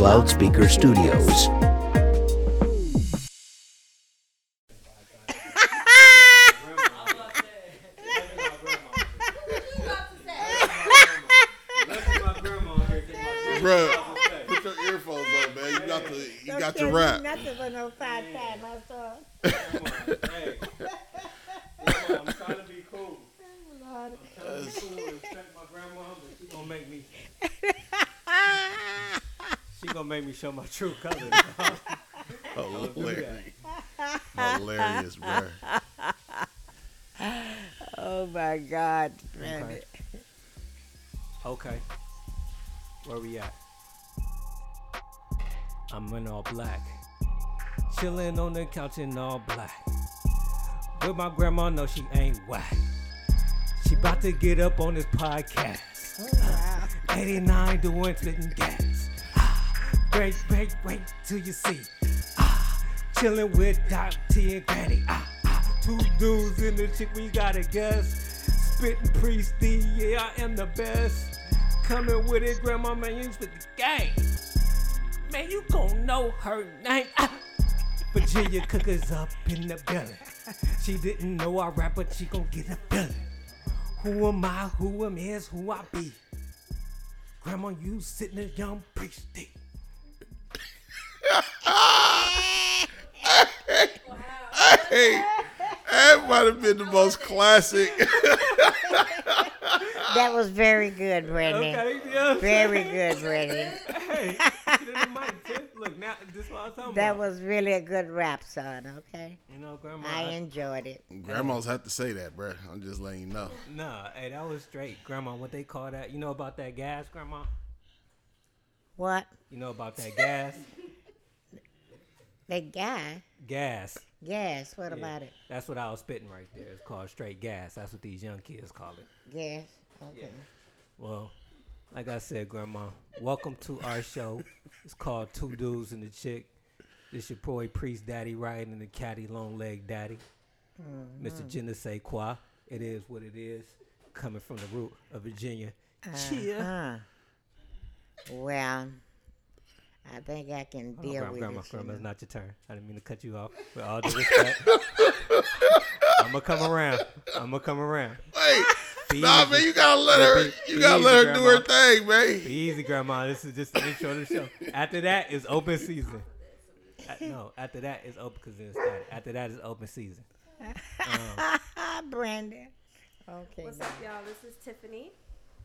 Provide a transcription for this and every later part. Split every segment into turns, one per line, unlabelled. Loudspeaker Studios.
Bruh, put your earphones on, man. You got to, you got to
Don't
rap.
tell me Nothing but no five time I saw.
Hey, grandma, I'm trying to be cool.
Lord.
I'm trying to be cool and respect my grandma, but she gonna make me. she gonna make me show my true colors.
Hilarious, hilarious, bruh.
Oh my God,
Okay.
man.
Okay. Where we at? I'm in all black. Chillin' on the couch in all black. But my grandma know she ain't whack. She about to get up on this podcast. 89 doing splitting gas. Ah, break, break, break till you see. Ah, chillin' with Doc T and Granny. Ah, ah, two dudes in the chick, we gotta guess. Spittin' priesty, yeah, I am the best. Coming with it, Grandma, man, you with the gang. Man, you gon' know her name. Ah, Virginia Cooker's up in the building. She didn't know I rap, but she gon' get a feeling. Who am I? Who am is? Who I be? Grandma, you sitting a young priesty.
Hey, that might have been the most classic.
That was very good, Brandon.
yeah.
Very good, Brandon.
Hey, look now. This is what I'm talking
That
about.
was really a good rap song, okay?
you know, Grandma.
I enjoyed it.
Grandmas have to say that, bruh. I'm just letting you know.
Nah, hey, that was straight, Grandma. What they call that? You know about that gas, Grandma?
What?
You know about that gas?
The guy?
gas.
Yes, what
Yeah,
about it?
That's what I was spitting right there. It's called straight gas. That's what these young kids call it.
Yes. Okay.
Well, like I said, Grandma, welcome to our show. It's called Two Dudes and a Chick. This your boy Priest Daddy Ryan and the Caddy Long Leg Daddy. Mr. Jenna Say Qua. It is what it is. Coming from the root of Virginia. Cheer.
Huh. Well, I think I can
Hold on,
deal
Grandma,
with
grandma,
this. you
grandma, it's
know.
not your turn. I didn't mean to cut you off. With all due respect. I'ma come around. I'ma come around.
Wait,
Be
nah,
easy.
man, you gotta let her, you gotta
Easy,
let her do her
Grandma.
thing,
Be
man.
easy, Grandma. This is just the intro to the show. After that is open season. Uh, no, after that is open because it's started. After that is open season.
Ah, Brandon. Okay.
What's
now.
up, y'all? This is Tiffany.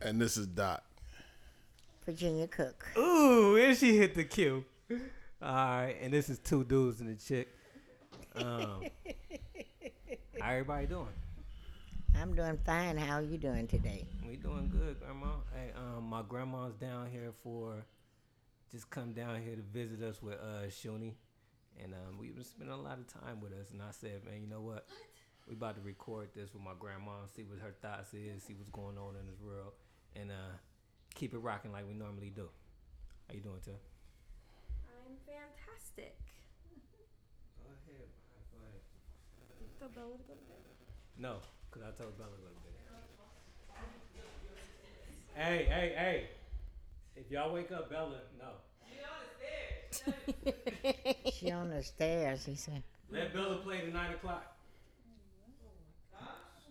And this is Doc.
Virginia Cook.
Ooh, and she hit the cue. All right, and this is two dudes and a chick. Um, how everybody doing?
I'm doing fine. How are you doing today?
We doing good, Grandma. Hey, um, my grandma's down here for just come down here to visit us with uh Shuni, and um, we've been spending a lot of time with us. And I said, man, you know what? We about to record this with my grandma, see what her thoughts is, see what's going on in this world, and uh, keep it rocking like we normally do. How you doing, Tim?
I'm fantastic.
Go ahead.
The bell would go to bed.
No, cause I told Bella a little bit. Hey, hey, hey! If y'all wake up, Bella, no.
She on the stairs. She said,
Let Bella play to nine o'clock.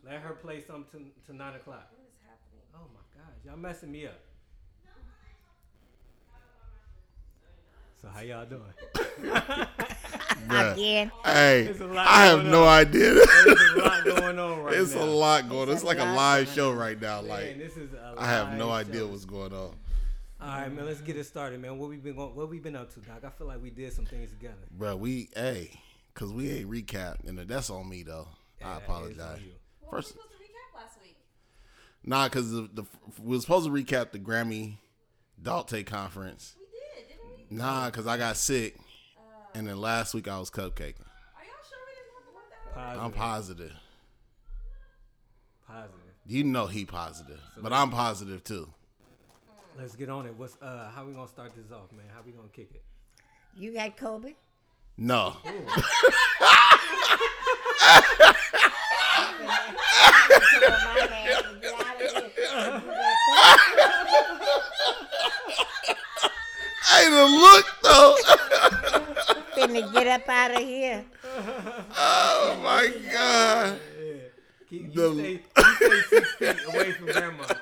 Let her play something to, to nine o'clock.
What is happening?
Oh my gosh, y'all messing me up. So how y'all doing?
Bruh.
"Again,
Hey,
It's a lot
I have
going
no
on.
idea.
There's a lot going on right
It's
now.
a lot going. on. It's
a
like a
lot
live
going
show right now.
Man,
Like
this is a
I have no
live
idea
show.
what's going on,
All right, man, let's get it started, man. What we been going, what we been up to, Doc? I feel like we did some things together.
bruh. We hey, cause we ain't recapped, and that's on me though. I
Yeah, it's on
apologize.
you.
What
First-
were we supposed to recap last week?
Nah, cause the, the we were supposed to recap the Grammy Dalte conference.
We did, didn't we?
Nah, cause I got sick, and then last week I was cupcaking.
Are y'all sure we didn't talk about that?
Positive,
I'm positive.
positive.
You know he positive, but I'm positive too.
Let's get on it. What's uh? How we gonna start this off, man? How we gonna kick it?
you got COVID?
No,
Well, Oh, my man, get out of here.
hey, way to look though.
Finna get up out of here.
oh my god.
Keep, you,
The-
stay, you stay six feet away from grandma.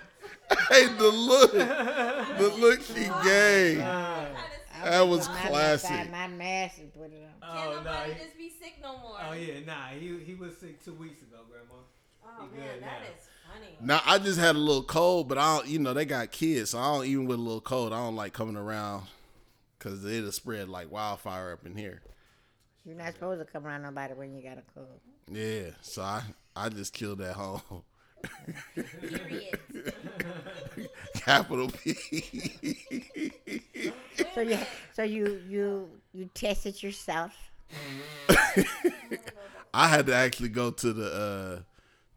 Hey, the look, the look she gave. That was
I
classic.
Outside my mask and put it on.
Oh,
Can't
nah,
nobody
he-
just be sick no more.
oh yeah, nah. He he was sick two weeks ago, grandma.
Oh,
He
man,
good
that
now.
is funny.
Now I just had a little cold, but I don't, you know, they got kids, so I don't even with a little cold. I don't like coming around because it'll spread like wildfire up in here.
You're not supposed to come around nobody when you got a cold.
Yeah, so I I just killed that home.
Period.
Capital P.
So you, so you, you, you tested yourself.
I had to actually go to the uh,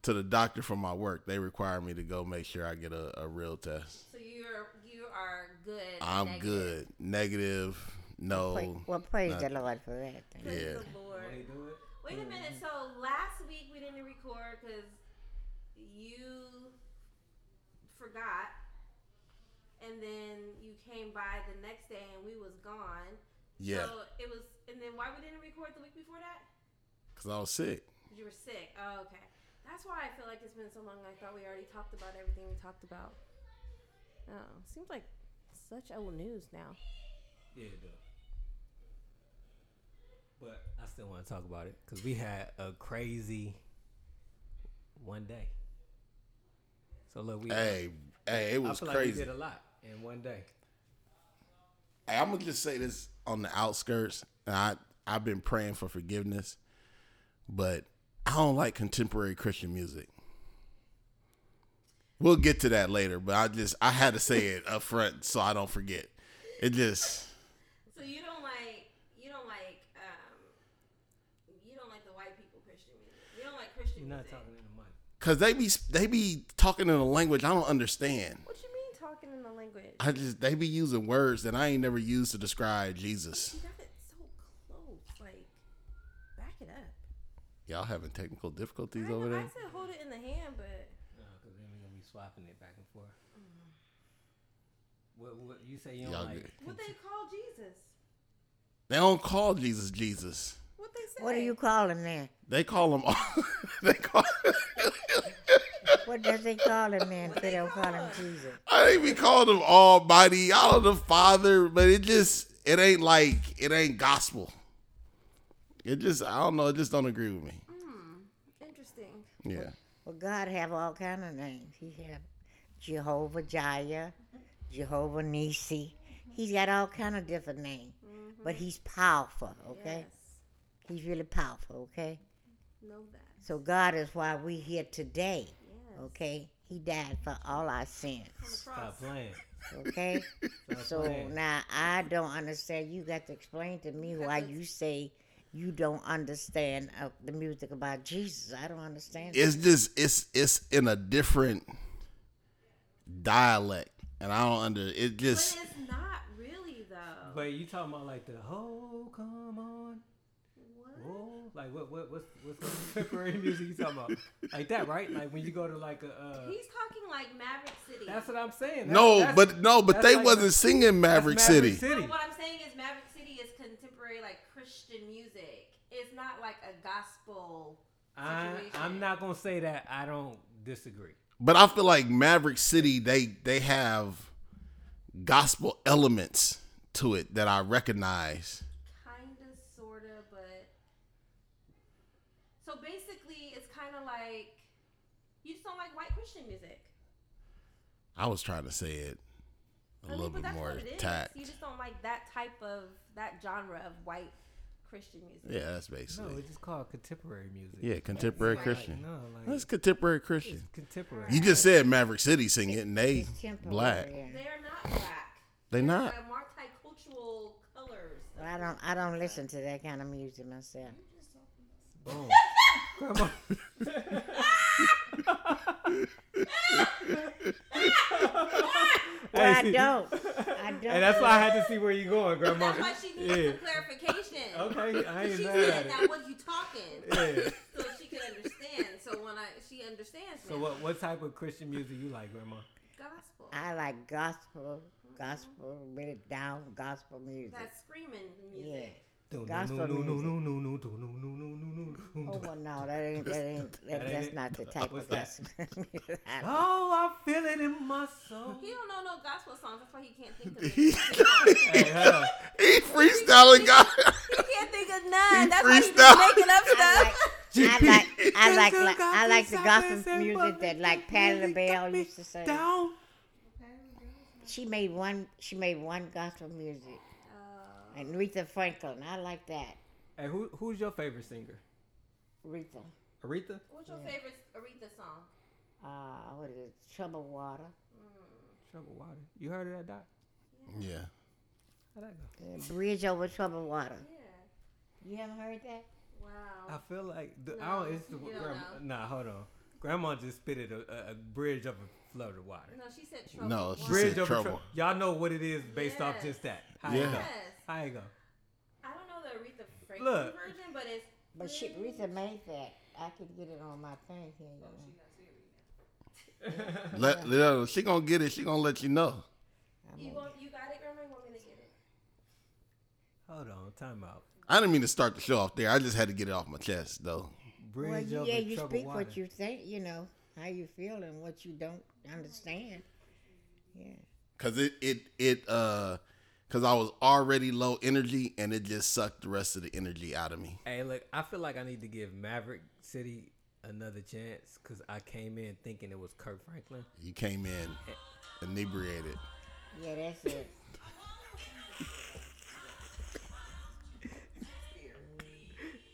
to the doctor for my work. They require me to go make sure I get a, a real test.
So you're you are good.
I'm
negative.
good. Negative.
Pra-
No.
well, praise the Lord for that. Then.
Yeah.
Praise the Lord.
When he do it.
Wait a minute. So last week we didn't record because you forgot, and then you came by the next day and we was gone.
Yeah.
So it was, and then why we didn't record the week before that?
Cause I was sick.
'Cause you were sick. Oh, okay. That's why I feel like it's been so long. I thought we already talked about everything we talked about. Oh, seems like such old news now.
Yeah, it does. But I still want to talk about it because we had a crazy one day. So look, we
Hey, hey, it
I
was
feel like we
crazy.
did a lot in one day.
Hey, I'm gonna just say this on the outskirts. And I I've been praying for forgiveness, but I don't like contemporary Christian music. We'll get to that later, but I just I had to say it up front so I don't forget. It just
So you don't like you don't like um you don't like the white people Christian music. You don't like Christian
You're not
music.
talking in the mic.
cause they be they be talking in a language I don't understand.
What you mean talking in the language?
I just they be using words that I ain't never used to describe Jesus.
You got it so close. Like back it up.
Y'all having technical difficulties
I,
over
know, I
there?
said hold it in the hand, but
No, because then we're gonna be swapping it back and forth. What, what you say you don't
Y'all
like?
good.
what they call Jesus?
They don't call Jesus Jesus.
What they say?
What do you call him then?
They call him. they call.
What does they call him then? if They
they
don't call
call
him
him?
Jesus.
I think we called him Almighty. I don't know Father, but it just it ain't like it ain't gospel. It just I don't know. It just don't agree with me.
Interesting.
Yeah.
Well, God have all kind of names. He have Jehovah Jireh, Jehovah Nisi. He's got all kind of different names, but he's powerful. Okay,
Mm-hmm. Yes.
he's really powerful. Okay,
Know that.
so God is why we here today.
Yes.
Okay, He died for all our
On the
sins.
cross.
Stop playing.
Okay,
Stop
so
playing.
now I don't understand. You got to explain to me why you say. You don't understand uh, the music about Jesus. I don't understand.
It's just it's it's in a different dialect, and I don't under it.
But
Just
it's not really though.
But you talking about like the oh come on
what?
oh like what what what's what's contemporary music you talking about like that right like when you go to like a uh,
He's talking like Maverick City.
That's what I'm saying. That's-
no,
that's-
but no, but
that's
they
like-
wasn't singing
that's
Maverick City.
No, what I'm saying is Maverick City is contemporary, like Christian music. It's not like a gospel.
I, I'm
situation.
not gonna say that. I don't disagree.
But I feel like Maverick City, they they have gospel elements to it that I recognize.
Kinda, sorta, but. So basically, it's kind of like you just don't like white Christian music.
I was trying to say it a
I mean,
little
but
bit
that's
more
what it is.
tact.
You just don't like that type of that genre of white Christian music.
Yeah, that's
No,
basically.
it's just called contemporary music.
yeah, contemporary
Like,
Christian.
no, like
That's contemporary
it's
Christian.
contemporary.
You just said Maverick City sing it, and they
It's temporary.
black.
They are not black.
They not.
They're multicultural colors.
Well, I don't. I don't listen to that kind of music myself.
Boom. Grandma.
Well, I
see,
don't. I don't.
And that's why I had to see where you going, Grandma.
That's why she needs
yeah.
some clarification.
Okay, I ain't
She
mad
said,
at
"Now
it.
was you talking?"
Yeah.
So she can understand. So when I she understands
So
now.
what what type of Christian music you like, Grandma?
gospel.
I like gospel, gospel, really down gospel music.
That screaming
yeah.
music.
Gospel music. Oh
Oh,
well, no, that ain't that ain't that,
ain't
that's
it.
not the type
What's
of
that?
gospel. music I don't-
Oh, I feel it in my soul.
He don't know no gospel songs. That's why he can't think of.
he
it.
freestyling God.
He can't think of none.
He
That's why he's
freestyle.
just making up
I
stuff.
like, I like, I like, like, I like the gospel music that like Patti LaBelle used to sing.
Down.
She made one. She made one gospel music. And Aretha Franklin, I like that.
Hey, who who's your favorite singer?
Aretha,
Aretha?
What's your favorite Aretha song?
uh, what is it? Trouble Water,
Trouble Water. You heard of that, Doc?
Yeah.
How'd that go?
Yeah, Bridge over Troubled Water.
Yeah.
You haven't heard that?
I
Wow.
feel like the, I
No,
don't, it's the,
you don't
grandma, nah. Hold on, Grandma just spitted a, a, a bridge up a flood of water.
No, she said trouble.
No,
Wow.
she
Bridge
said
over
trouble.
trouble. Y'all know what it is based off
Yes.
just that. How you
Yeah.
go?
Yes.
How you go?
I don't know the Aretha Franklin
Look.
version, but it's.
But she, Aretha made that. I could get it on my thing here. You know.
Let, let her, she gonna get it. She gonna let you know.
You want you Oh, got it, Grandma? You want me to get it?
Hold on, time out.
I didn't mean to start the show off there. I just had to get it off my chest, though.
Well,
Bridge
you,
over
yeah, you
troubled
speak
water.
what you think, you know, how you feel and what you don't understand. Yeah.
Cause it it it uh, cause I was already low energy, and it just sucked the rest of the energy out of me.
Hey, look, I feel like I need to give Maverick City another chance because I came in thinking it was Kirk Franklin.
You came in inebriated.
Yeah, that's it.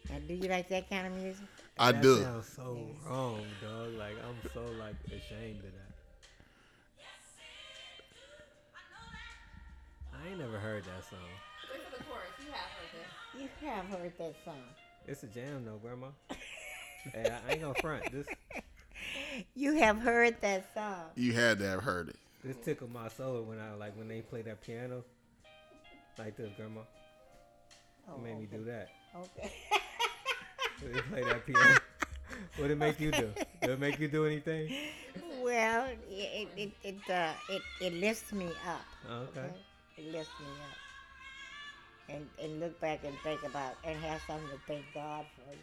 now, do you like that kind of music?
I
that
do.
sounds so wrong, dog. Like I'm so like ashamed of that. I ain't never heard that song.
Wait for the chorus. You have heard this.
You have heard that song.
It's a jam though, Grandma. hey, I ain't gonna front. This
You have heard that song.
You had to have heard it.
this tickled my soul when I like when they play that piano like this, Grandma.
Oh,
It made me do that.
Okay.
When they play that piano. what it make you do? Did it make you do anything?
well, it it it it, uh, it it lifts me up.
Okay.
Okay. It lifts me up. And and look back and think about and have something to thank God for,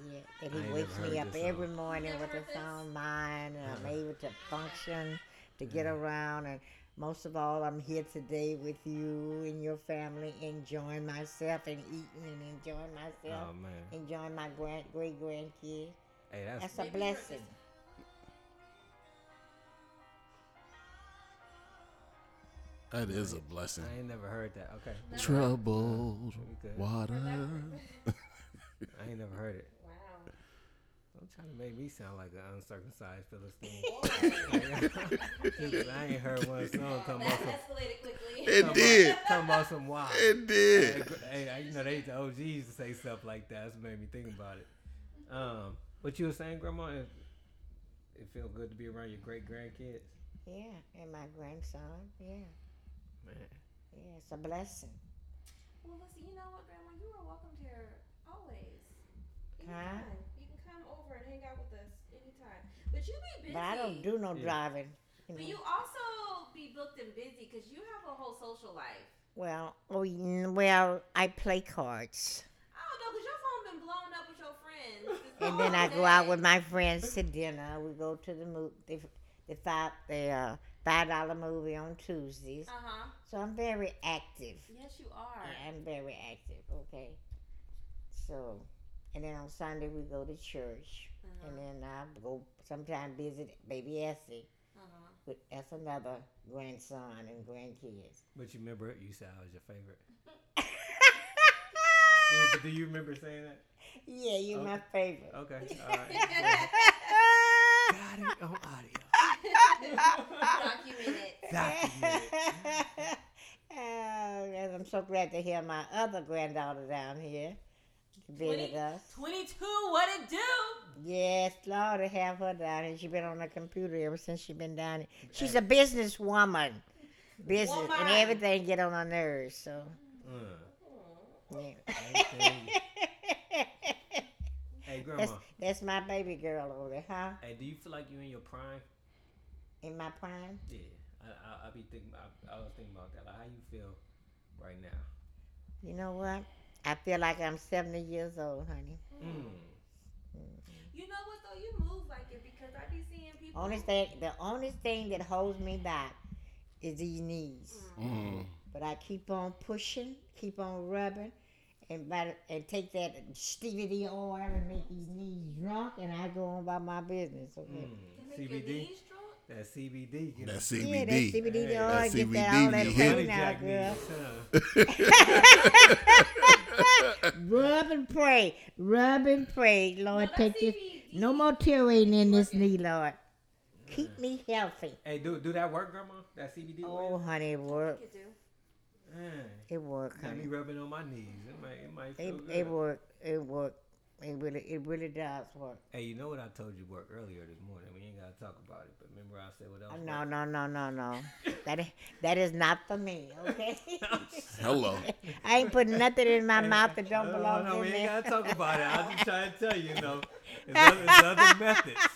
you know. Yeah,
I
and he
ain't
wakes
never
me
heard
up
this
every
song.
morning with
Never
a
heard this?
sound mind and I'm able to function, to get around and most of all I'm here today with you and your family enjoying myself and eating and enjoying myself.
Oh man.
Enjoying my grand great grandkids.
Hey, that's
That's a
Maybe you're
blessing.
That is a blessing.
I ain't never heard that. Okay.
Troubled
Okay.
water.
I ain't never heard it.
Wow.
Don't try to make me sound like an uncircumcised Philistine. Just 'cause I ain't heard one song talking about
That
some,
escalated quickly.
It did.
talking about some wild.
It
Hey,
did.
hey, I- you know they the OGs used to say stuff like that. That's what made me think about it. Um, what you were saying, Grandma? It, it feel good to be around your great grandkids.
Yeah, and my grandson. Yeah,
Man,
yeah, it's a blessing.
Well, listen. You know what, Grandma? You are welcome here always.
Huh?
Anytime. You can come over and hang out with us anytime. But you be busy.
But I don't do no
Yeah.
driving. you
But
know.
you also be booked and busy because you have a whole social life.
Well, oh, you- well, I play cards,
I don't know because your phone been blown up with your friends. this
and then I
whole
go out
day.
with my friends to dinner. We go to the movie, the, the five, the uh, five dollar movie on Tuesdays.
Uh-huh.
So I'm very active.
Yes, you are.
Yeah, I'm very active. Okay. So, and then on Sunday we go to church,
Uh-huh.
and then I go sometimes visit baby Essie.
Uh-huh.
with that's another grandson and grandkids.
but you remember you said I was your favorite. Yeah, but do you remember saying that?
yeah, you're my favorite.
Okay. All right. Got it on audio.
Uh-huh. Document it.
Documented.
Oh, and I'm so glad to hear my other granddaughter down here visit us.
22, what it do?
Yes, Lord, to have her down here. She's been on the computer ever since she's been down here. She's a businesswoman. Business and
Woman.
everything get on her nerves, so
Mm.
yeah.
Hey, Hey, Grandma.
that's, that's my baby girl over there, huh?
Hey, do you feel like you're in your prime?
In my prime.
Yeah. I, I, I be thinking. I, I was thinking about that. Like, how you feel right now?
You know what? I feel like I'm 70 years old, honey.
Mm.
You know what though? You move like it because I be seeing people.
Only thing, the only thing that holds me back is these knees.
Mm.
But I keep on pushing, keep on rubbing, and by the, and take that Stevie D oil and make these knees drunk, and I go on about my business. Okay.
Can
Mm.
make your
CBD.
knees drunk.
That CBD. Get
That
Yeah, that
CBD.
CBD
Hey,
oil,
that
get that
CBD
all that
be
pain
hitting.
out,
Jack
girl.
knees, huh?
Rub and pray, rub and pray, Lord,
No,
take
that's
this.
CBD.
No more tearing in this knee, Lord. Keep me healthy.
Hey, do do that work, Grandma? That CBD
Oh,
oil?
honey, it worked.
You do.
Mm.
It worked,
Got me
honey.
rubbing on my knees. It might, it might
It,
feel good.
it worked. It worked. It really, it really does work.
Hey, you know what I told you work earlier this morning? We ain't gotta talk about it, but remember I said what else?
No, no, no, no, no. That i- that is not for me. Okay.
Hello.
I ain't putting nothing in my
Hey,
mouth that don't
no,
belong
Oh, No, we
in
ain't
there.
gotta talk about it. I'm just trying to tell you, you know, there's other, there's other methods.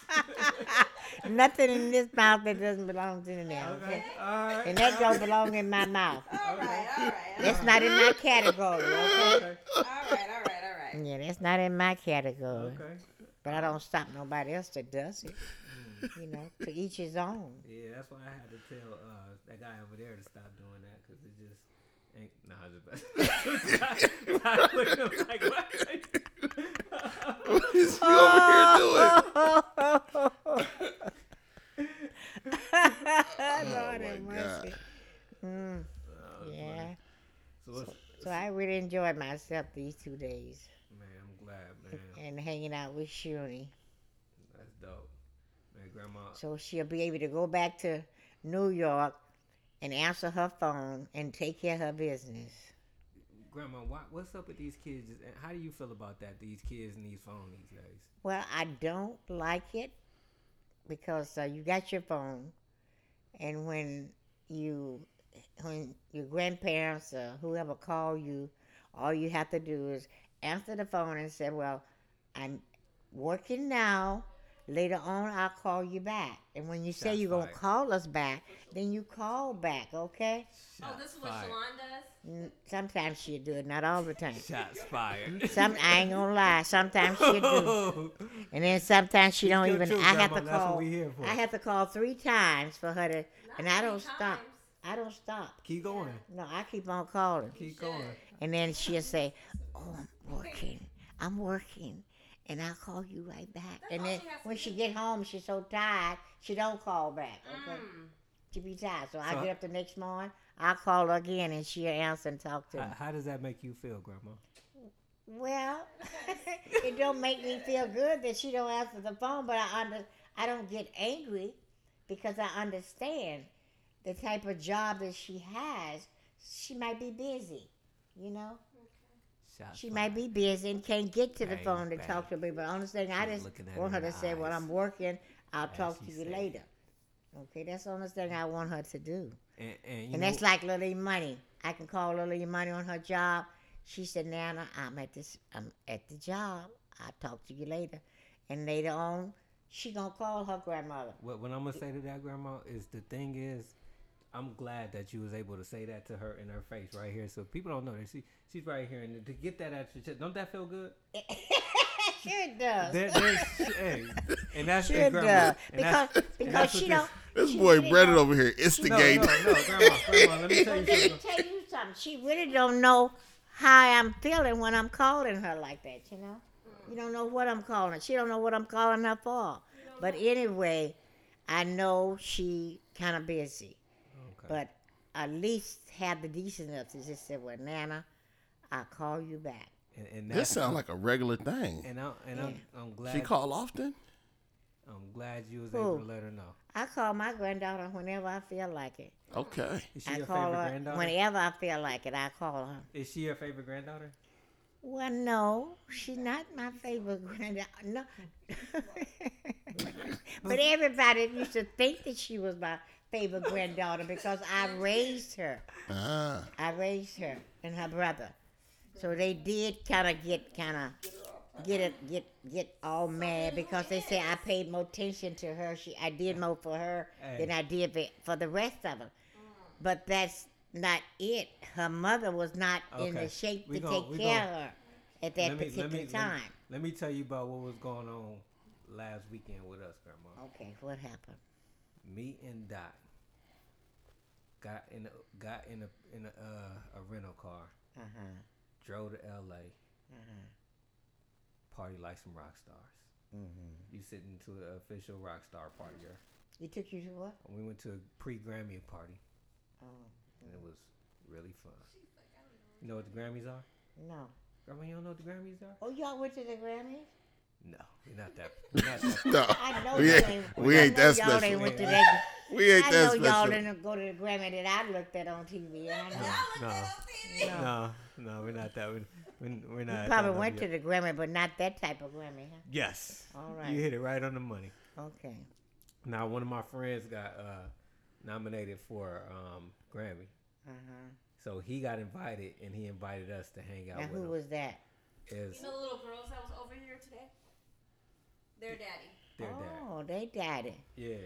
nothing in this mouth that doesn't belong in there. Okay.
Okay, all right.
And that don't belong in my mouth.
All right, all right,
That's not in my category. Okay.
Okay,
all right, all right, all right.
Yeah, that's not in my category.
okay.
But I don't stop nobody else that does it. You know, to each his own.
Yeah, that's why I had to tell uh, that guy over there to stop doing that because it just ain't. Nah, I just. I looked at him like, what?
What is you
Oh,
over here doing?
Lord have
Oh, my
mercy.
God.
Mm,
Uh,
yeah.
So what's,
So I really enjoyed myself these two days
man, I'm glad, man.
and hanging out with Shuni.
That's dope. Man, grandma.
So she'll be able to go back to New York and answer her phone and take care of her business.
Grandma, why, what's up with these kids? And how do you feel about that? These kids and these phones these days.
Well, I don't like it because uh, you got your phone, and when you when your grandparents or whoever call you, all you have to do is answer the phone and say, "Well, I'm working now. Later on, I'll call you back." And when you say
Shots
you're gonna
fired.
call us back, then you call back, okay?
Oh, this is what Shalon does.
Mm, Sometimes she do it, not all the time.
Shots fired.
Some I ain't gonna lie. Sometimes she do. And then sometimes she don't
your
even.
truth,
I have to
Grandma. That's what
call.
we here for.
I have to call three times for her to,
Not
and I
three
don't stop.
times.
I don't stop.
Keep going.
No, I keep on calling,
Keep going.
and then she'll say, "Oh, I'm working. I'm working." And I'll call you right back. and
all
then
she has to
when
do.
she get home, she's so tired, she don't call back. Okay,
Mm.
she be tired. So, I
So-
get up the next morning, I call her again, and she'll answer and talk to me.
How, how does that make you feel, Grandma?
Well, it don't make me feel good that she don't answer the phone, but I under, I don't get angry because I understand the type of job that she has. She might be busy, you know.
Shots
She
fired.
might be busy and can't get to the
Bang,
phone to
bang.
talk to me. But honest thing, I
She's
just
looking at
want
her
her
in
to
the
say, "Well,
eyes.
I'm working. I'll talk to
she
you
said.
later." Okay, that's the only thing I want her to do.
And, and, you
And
know,
that's like Lily Money. I can call Lily Money on her job. She said, "Nana, I'm at this. I'm at the job. I'll talk to you later." And later on, she gonna call her grandmother.
What, what I'm gonna say to that grandma is the thing is, I'm glad that you was able to say that to her in her face right here, so people don't know that she she's right here, and to get that out your chest, don't that feel good?
Sure it does.
There, there's, hey, and that's
sure
and
it
grandma,
does.
and
Because
that's- and that's
because she
what
don't.
This
she
boy
really
Brennan
don't-
over here
No, no,
instigating.
no, grandma, grandma, let me tell you
Let me
something.
tell you something. She really don't know how I'm feeling when I'm calling her like that. You know, you don't know what I'm calling. She don't know what I'm calling her for. But anyway, I know she kind of busy.
Okay.
But at least have the decency enough to just say, "Well, Nana, I'll call you back."
and, and
This
that-
sounds like a regular thing.
and I'm and I'm, I'm glad
She call often?
I'm glad you was able to
Who?
let her know.
I call my granddaughter whenever I feel like it.
Okay.
Is she
I
your
call
favorite
her
granddaughter?
whenever I feel like it. I call her.
Is she your favorite granddaughter?
Well, no, she's not my favorite granddaughter. No. but everybody used to think that she was my favorite granddaughter because I raised her.
Ah.
I raised her and her brother. So they did kind of get kind of get it get get all mad because they say I paid more attention to her. She I did more for her than I did for, for the rest of them. But that's not it. Her mother was not in
Okay.
the shape
We
to
gon- we
take care
gon-
of her at that
Let me-
particular
let me- let me-
time.
Let me tell you about what was going on last weekend with us, Grandma.
okay, what happened?
me and Dot got in a, got in a in a, uh, a rental car,
Uh huh.
drove to L.A.
Mm-hmm.
Party like some rock stars.
Mm-hmm.
You sitting to an official rock star party. girl.
You took you to what?
And we went to a pre Grammy party,
Oh
and it was really fun. You know what the Grammys are?
no.
Grandma, you don't know what the Grammys are?
Oh, y'all went to the Grammys?
No, we're not that. We're not that.
No,
I know
we
y'all
ain't,
ain't,
we
I
ain't
know
that
y'all ain't
special.
went to that.
We ain't
I know
that
y'all
special.
didn't go to the Grammy that I looked at on TV. And I know.
no,
No.
no, no, we're not that. We're, we're, we're not. at that
Probably
level
went to
yet.
the Grammy, but not that type of Grammy, huh?
Yes.
All
You
right.
hit it right on the money.
Okay.
Now, one of my friends got uh, nominated for um, Grammy,
Uh huh.
so he got invited, and he invited us to hang out
Now
with
who
him.
was that?
Is
You know the little girls that was over here today? Their daddy.
their dad?
oh, they daddy.
Yeah,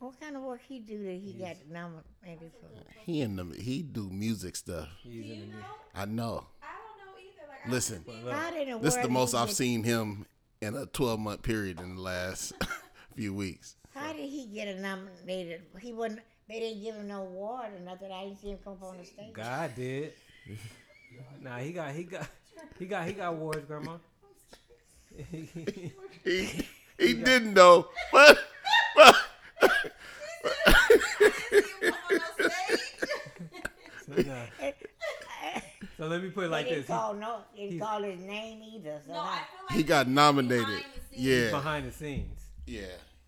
What kind of work he do that he got nominated for?
He and them, he do music stuff.
he's
Do you
in the.
know?
I know.
I don't know either. Like, I
Listen.
haven't
Well,
been-
How did it
This is the most I've seen him in a 12 month period in the last few weeks.
How did he get a nominated? He wasn't. They didn't give him no award or nothing. I didn't see him come up on the stage.
God did. nah, he got he got he got he got awards, Grandma.
He, he didn't know. But, but,
so, nah. So let me put it like
they
this:
didn't
He-
call no. They didn't call his name either. So
No, I
how-
feel like
he got nominated. Yeah.
behind the scenes.
Yeah.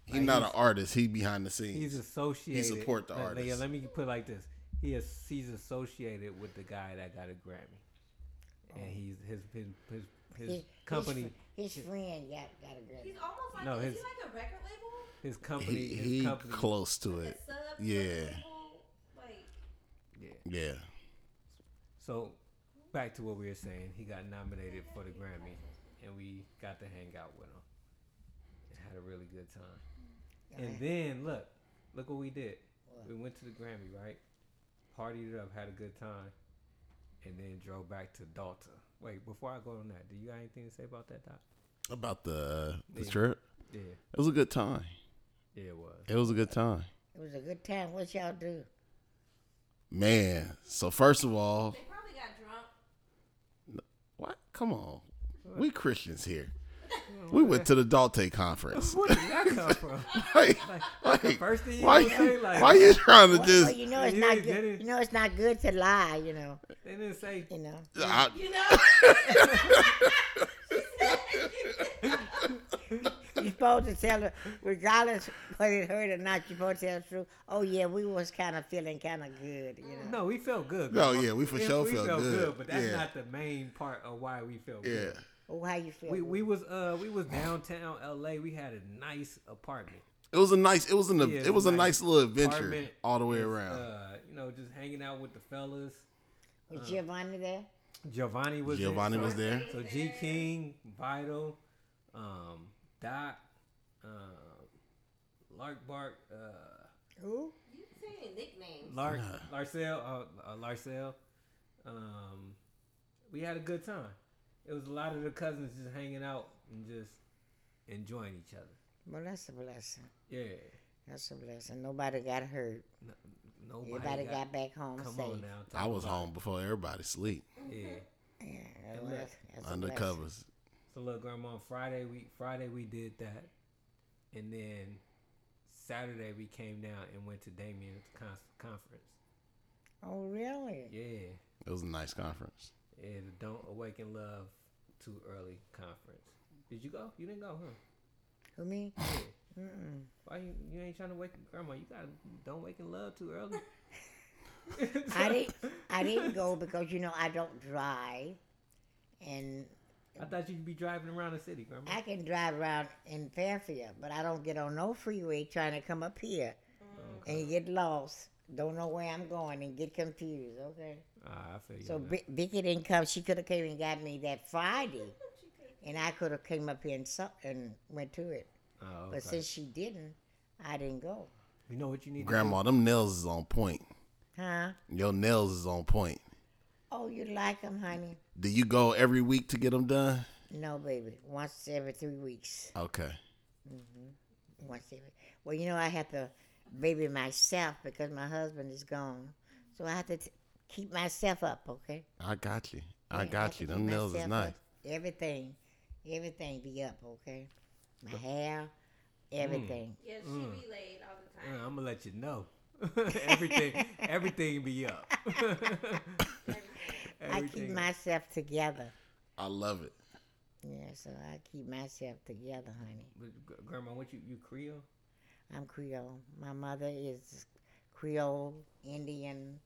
He not an artist. He behind the
He's
scenes.
associated.
support the
let, let- Yeah,
artist.
let me put it like this: he is he's associated with the guy that got a Grammy,
Oh.
and he's his his his, his
his- his
company
fr- His, friend got got a Grammy.
He's almost like
No,
no, is
his-
he like a record label?
his company
He,
his
he
company.
close to
A
it.
sub
Yeah.
label? Like
yeah.
Yeah.
So back to what we were saying, he got nominated for the Grammy, and we got to hang out with him and had a really good time. And then look, look what we did. We went to the Grammy, right? Partied it up, had a good time, and then drove back to Dalton. Wait, before I go on that, do you got anything to say about that, Doc?
About the, the trip.
Yeah,
It was a good time.
yeah, it was.
It was a good time.
It was a good time. What y'all do?
Man. So, first of all,
they probably got drunk.
what? Come on. We Christians here. We went to the Dalte conference.
Where did that come from?
Like, like,
first thing you
why,
gonna say,
you,
like-
why you trying to
Well,
just?
you know it's
you
not
ain't did
good.
it.
You know it's not good to lie. You know.
They didn't say.
You know.
I,
You know?
You're supposed to tell her, regardless whether it hurt or not, you're supposed to tell the truth. Oh, yeah, we was kind of feeling kind of good, you know.
No, we felt good.
No,
Grandma.
oh, yeah, we for sure felt good.
but that's
Yeah.
not the main part of why we felt
yeah,
good.
Oh, how you feel?
We we was uh we was downtown L.A. We had a nice apartment.
it was a nice. It was an.
Yeah,
it was a nice little adventure
Apartment,
all the way
just,
around.
Uh, you know, just hanging out with the fellas. uh.
was Giovanni there?
Giovanni was there.
Giovanni
So-
was there.
So G King, Vital, um, Dot, um, Lark Bark, uh,
Who?
you saying nicknames?
Lark Larcel, uh, uh, Larcel. Um, we had a good time. It was a lot of the cousins just hanging out and just enjoying each other.
Well, that's a blessing.
Yeah,
That's a blessing. Nobody got hurt.
nobody.
Everybody
got,
got, back home
Come
safe.
on now,
I
talk
was
about
home before everybody sleep
it. Yeah.
Yeah, that
look,
was- that's a
under
blessing.
covers.
So look, grandma, on Friday we Friday we did that, and then Saturday we came down and went to Damien's con- conference.
Oh, really?
Yeah,
It was a nice conference.
yeah, the Don't Awaken Love Too Early conference. Did you go? You didn't go, huh?
Who, me?
Yeah.
Mm-mm.
Why you, you ain't trying to wake grandma? You gotta don't wake in love too early.
I, didn't, I didn't go because, you know, I don't drive. And
I thought you'd be driving around the city, grandma.
I can drive around in Fairfield, but I don't get on no freeway trying to come up here and get lost. Don't know where I'm going and get confused. Okay.
Ah, I feel you.
So
on that.
B- Vicky didn't come. She could have came and got me that Friday, and I could have came up here and saw, and went to it.
Oh,
But
okay.
since she didn't, I didn't go.
You know what you need
Grandma, them nails is on point.
Huh?
Your nails is on point.
Oh, you like them, honey?
Do you go every week to get them done?
No, baby. Once every three weeks.
Okay.
Once every. Well, you know I have to baby myself because my husband is gone, so I have to t- keep myself up. Okay.
I got you. I
Yeah, have
got
to
you.
keep
Them nails is
myself
nice.
up. Everything, everything be up. Okay. My hair, everything.
Yeah, she
mm.
be late all the
to do?
time.
I'm gonna Uh, let you know. everything, everything be up.
Hmm.
I keep myself together.
I love it.
Yeah, so I keep myself together, honey.
But gr- Grandma, what you you Creole?
I'm Creole. My mother is Creole, Indian,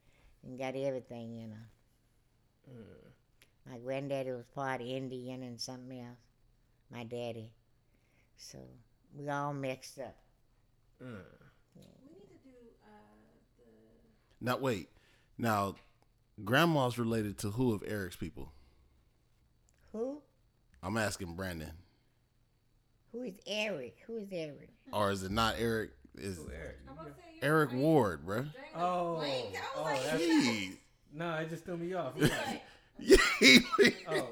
and got everything in her.
Mm.
My granddaddy was part Indian and something else. My daddy. So we all mixed up.
Mm.
We need to do uh, the
Now wait. Now, grandma's related to who of Eric's people?
Who?
I'm asking Brandon.
Who is Eric? Who is Eric?
Or is it not Eric? Is
Who, Eric?
I'm about to say you're
Eric
blank-
Ward, bruh?
dang, like,
Oh,
blank. I was
oh,
like,
that's-
Jeez.
No, it just threw me off. He like, oh,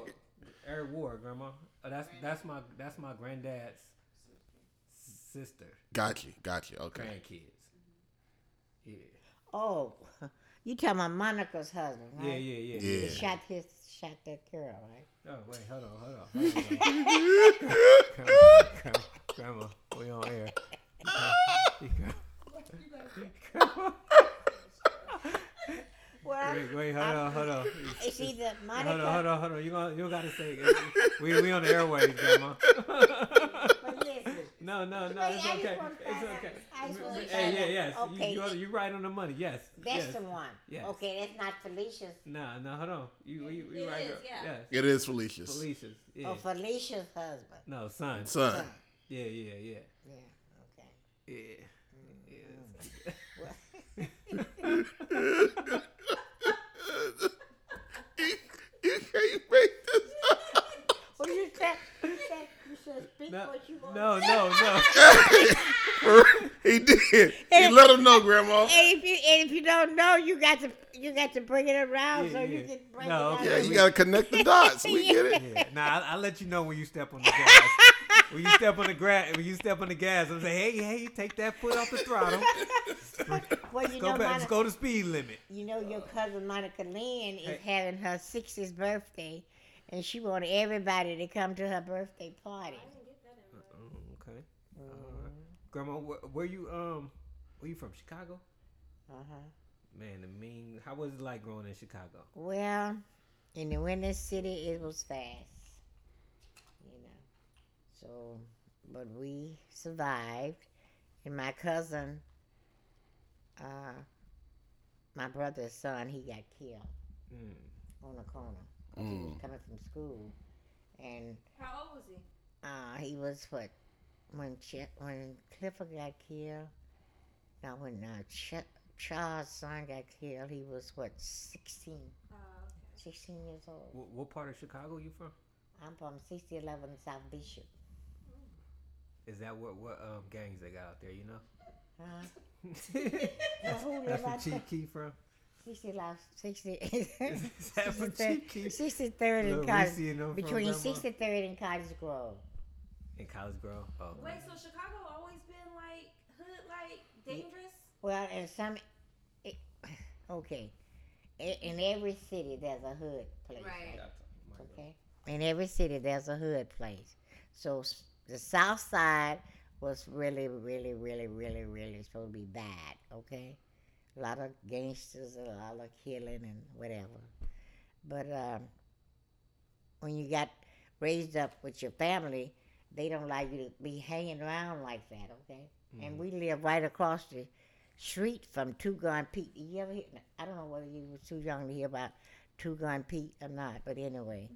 Eric Ward, Grandma. Oh, that's that's my that's my granddad's sister
got you. Got you. Okay.
grandkids. Yeah,
Oh, you talking about Monica's husband,
yeah,
right?
yeah, yeah.
Yeah.
He shot his, shot that girl, right?
Oh wait, hold on, hold on. Hold on. grandma, grandma, grandma, we on air. Grandma,
Well,
wait, wait, hold on, hold on.
it's either Monica.
Hold on, hold on, hold on. You gonna, you gotta say it. We we on the airways, grandma.
But listen,
no, no, no.
Wait,
It's
I just
okay.
wanna
It's
find out.
okay.
I just wanna
Hey,
find
yeah,
out.
yes.
Okay.
You, you, are- you right on the money. Yes.
that's
yes.
the one.
Yes.
Okay, that's not Felicia's.
Nah, no, hold on. You, you, you
It
right.
is,
girl.
yeah.
Yes.
It is Felicia's
Felicia's. Yeah.
Oh, Felicia's husband.
no, son.
son.
Yeah, yeah, yeah.
Yeah. Okay.
Yeah.
Mm. Well,
You can't make this up.
well you said you said you said speak
No,
what you want.
no, no, no.
he did. He let him know, Grandma.
And if you and if you don't know, you got to you got to bring it around
Yeah,
so you
yeah.
can bring
No,
it
okay.
Yeah,
up.
you gotta connect the dots. We get it.
Yeah. Nah, I, I'll let you know when you step on the gas. when you step on the gra- when you step on the gas, I'm saying, hey, hey, take that foot off the throttle.
Well, you
Go
know,
back. Let's
Monica,
go to speed limit.
you know your cousin Monica Lynn is having her 60th birthday, and she wanted everybody to come to her birthday party.
okay.
Uh-huh. Mm-hmm.
Grandma, where, where you um, where you from? Chicago?
Uh huh.
Man, the mean. How was it like growing in Chicago?
Well, in the winter city, it was fast, you know. So, but we survived, and my cousin, uh, my brother's son, he got killed
Mm.
on the corner. 'cause He
Mm.
was coming from school, and
How old was he?
uh, he was what when Ch- when Clifford got killed. Now when uh, Ch- Charles' son got killed, he was what 16,
Uh,
16 years old.
What, what part of Chicago you from?
I'm from 6011 South Bishop.
Is that what what um gangs they got out there? You know.
Huh?
that's,
who
that's
live
where
out there?
Chief Key from.
6011, 60,
Is that where Chief Key
63rd
Look,
and
we seeing them
Cottage,
from
between
Grandma.
63rd and Cottage Grove.
in College Grove? Oh.
wait, so Chicago always been like hood, like dangerous?
Well, in some, it, okay, I- in every city there's a hood place.
Right.
Okay, in every city there's a hood place. So s- the South Side was really, really, really, really, really supposed to be bad. Okay, a lot of gangsters, a lot of killing and whatever. But um, when you got raised up with your family, they don't like you to be hanging around like that. Okay, and we live right across the street from Two Gun Pete. You ever hear? I don't know whether you was too young to hear about Two Gun Pete or not, but anyway.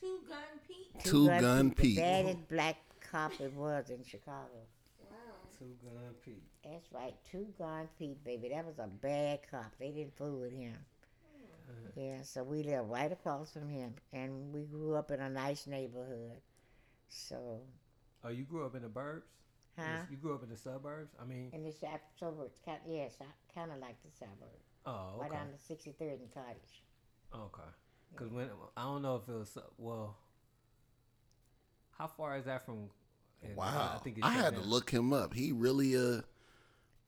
Two gun Pete.
Two Gun
The
Pete.
baddest black cop it was in Chicago.
Two gun Pete.
That's right, Two Gun Pete, baby. That was a bad cop. They didn't fool with him. Yeah, so we lived right across from him, and we grew up in a nice neighborhood. So,
Oh, you grew up in the burbs? You-
huh?
You grew up in the suburbs? I mean,
And it's out- so it's kind yes, kind of like the suburb,
oh,
right
okay.
down the 63rd and Cottage.
Okay. Because when, I don't know if it was, sub- well, how far is that from? and
Wow. I,
it's
had to
Savannah.
look him up. He really a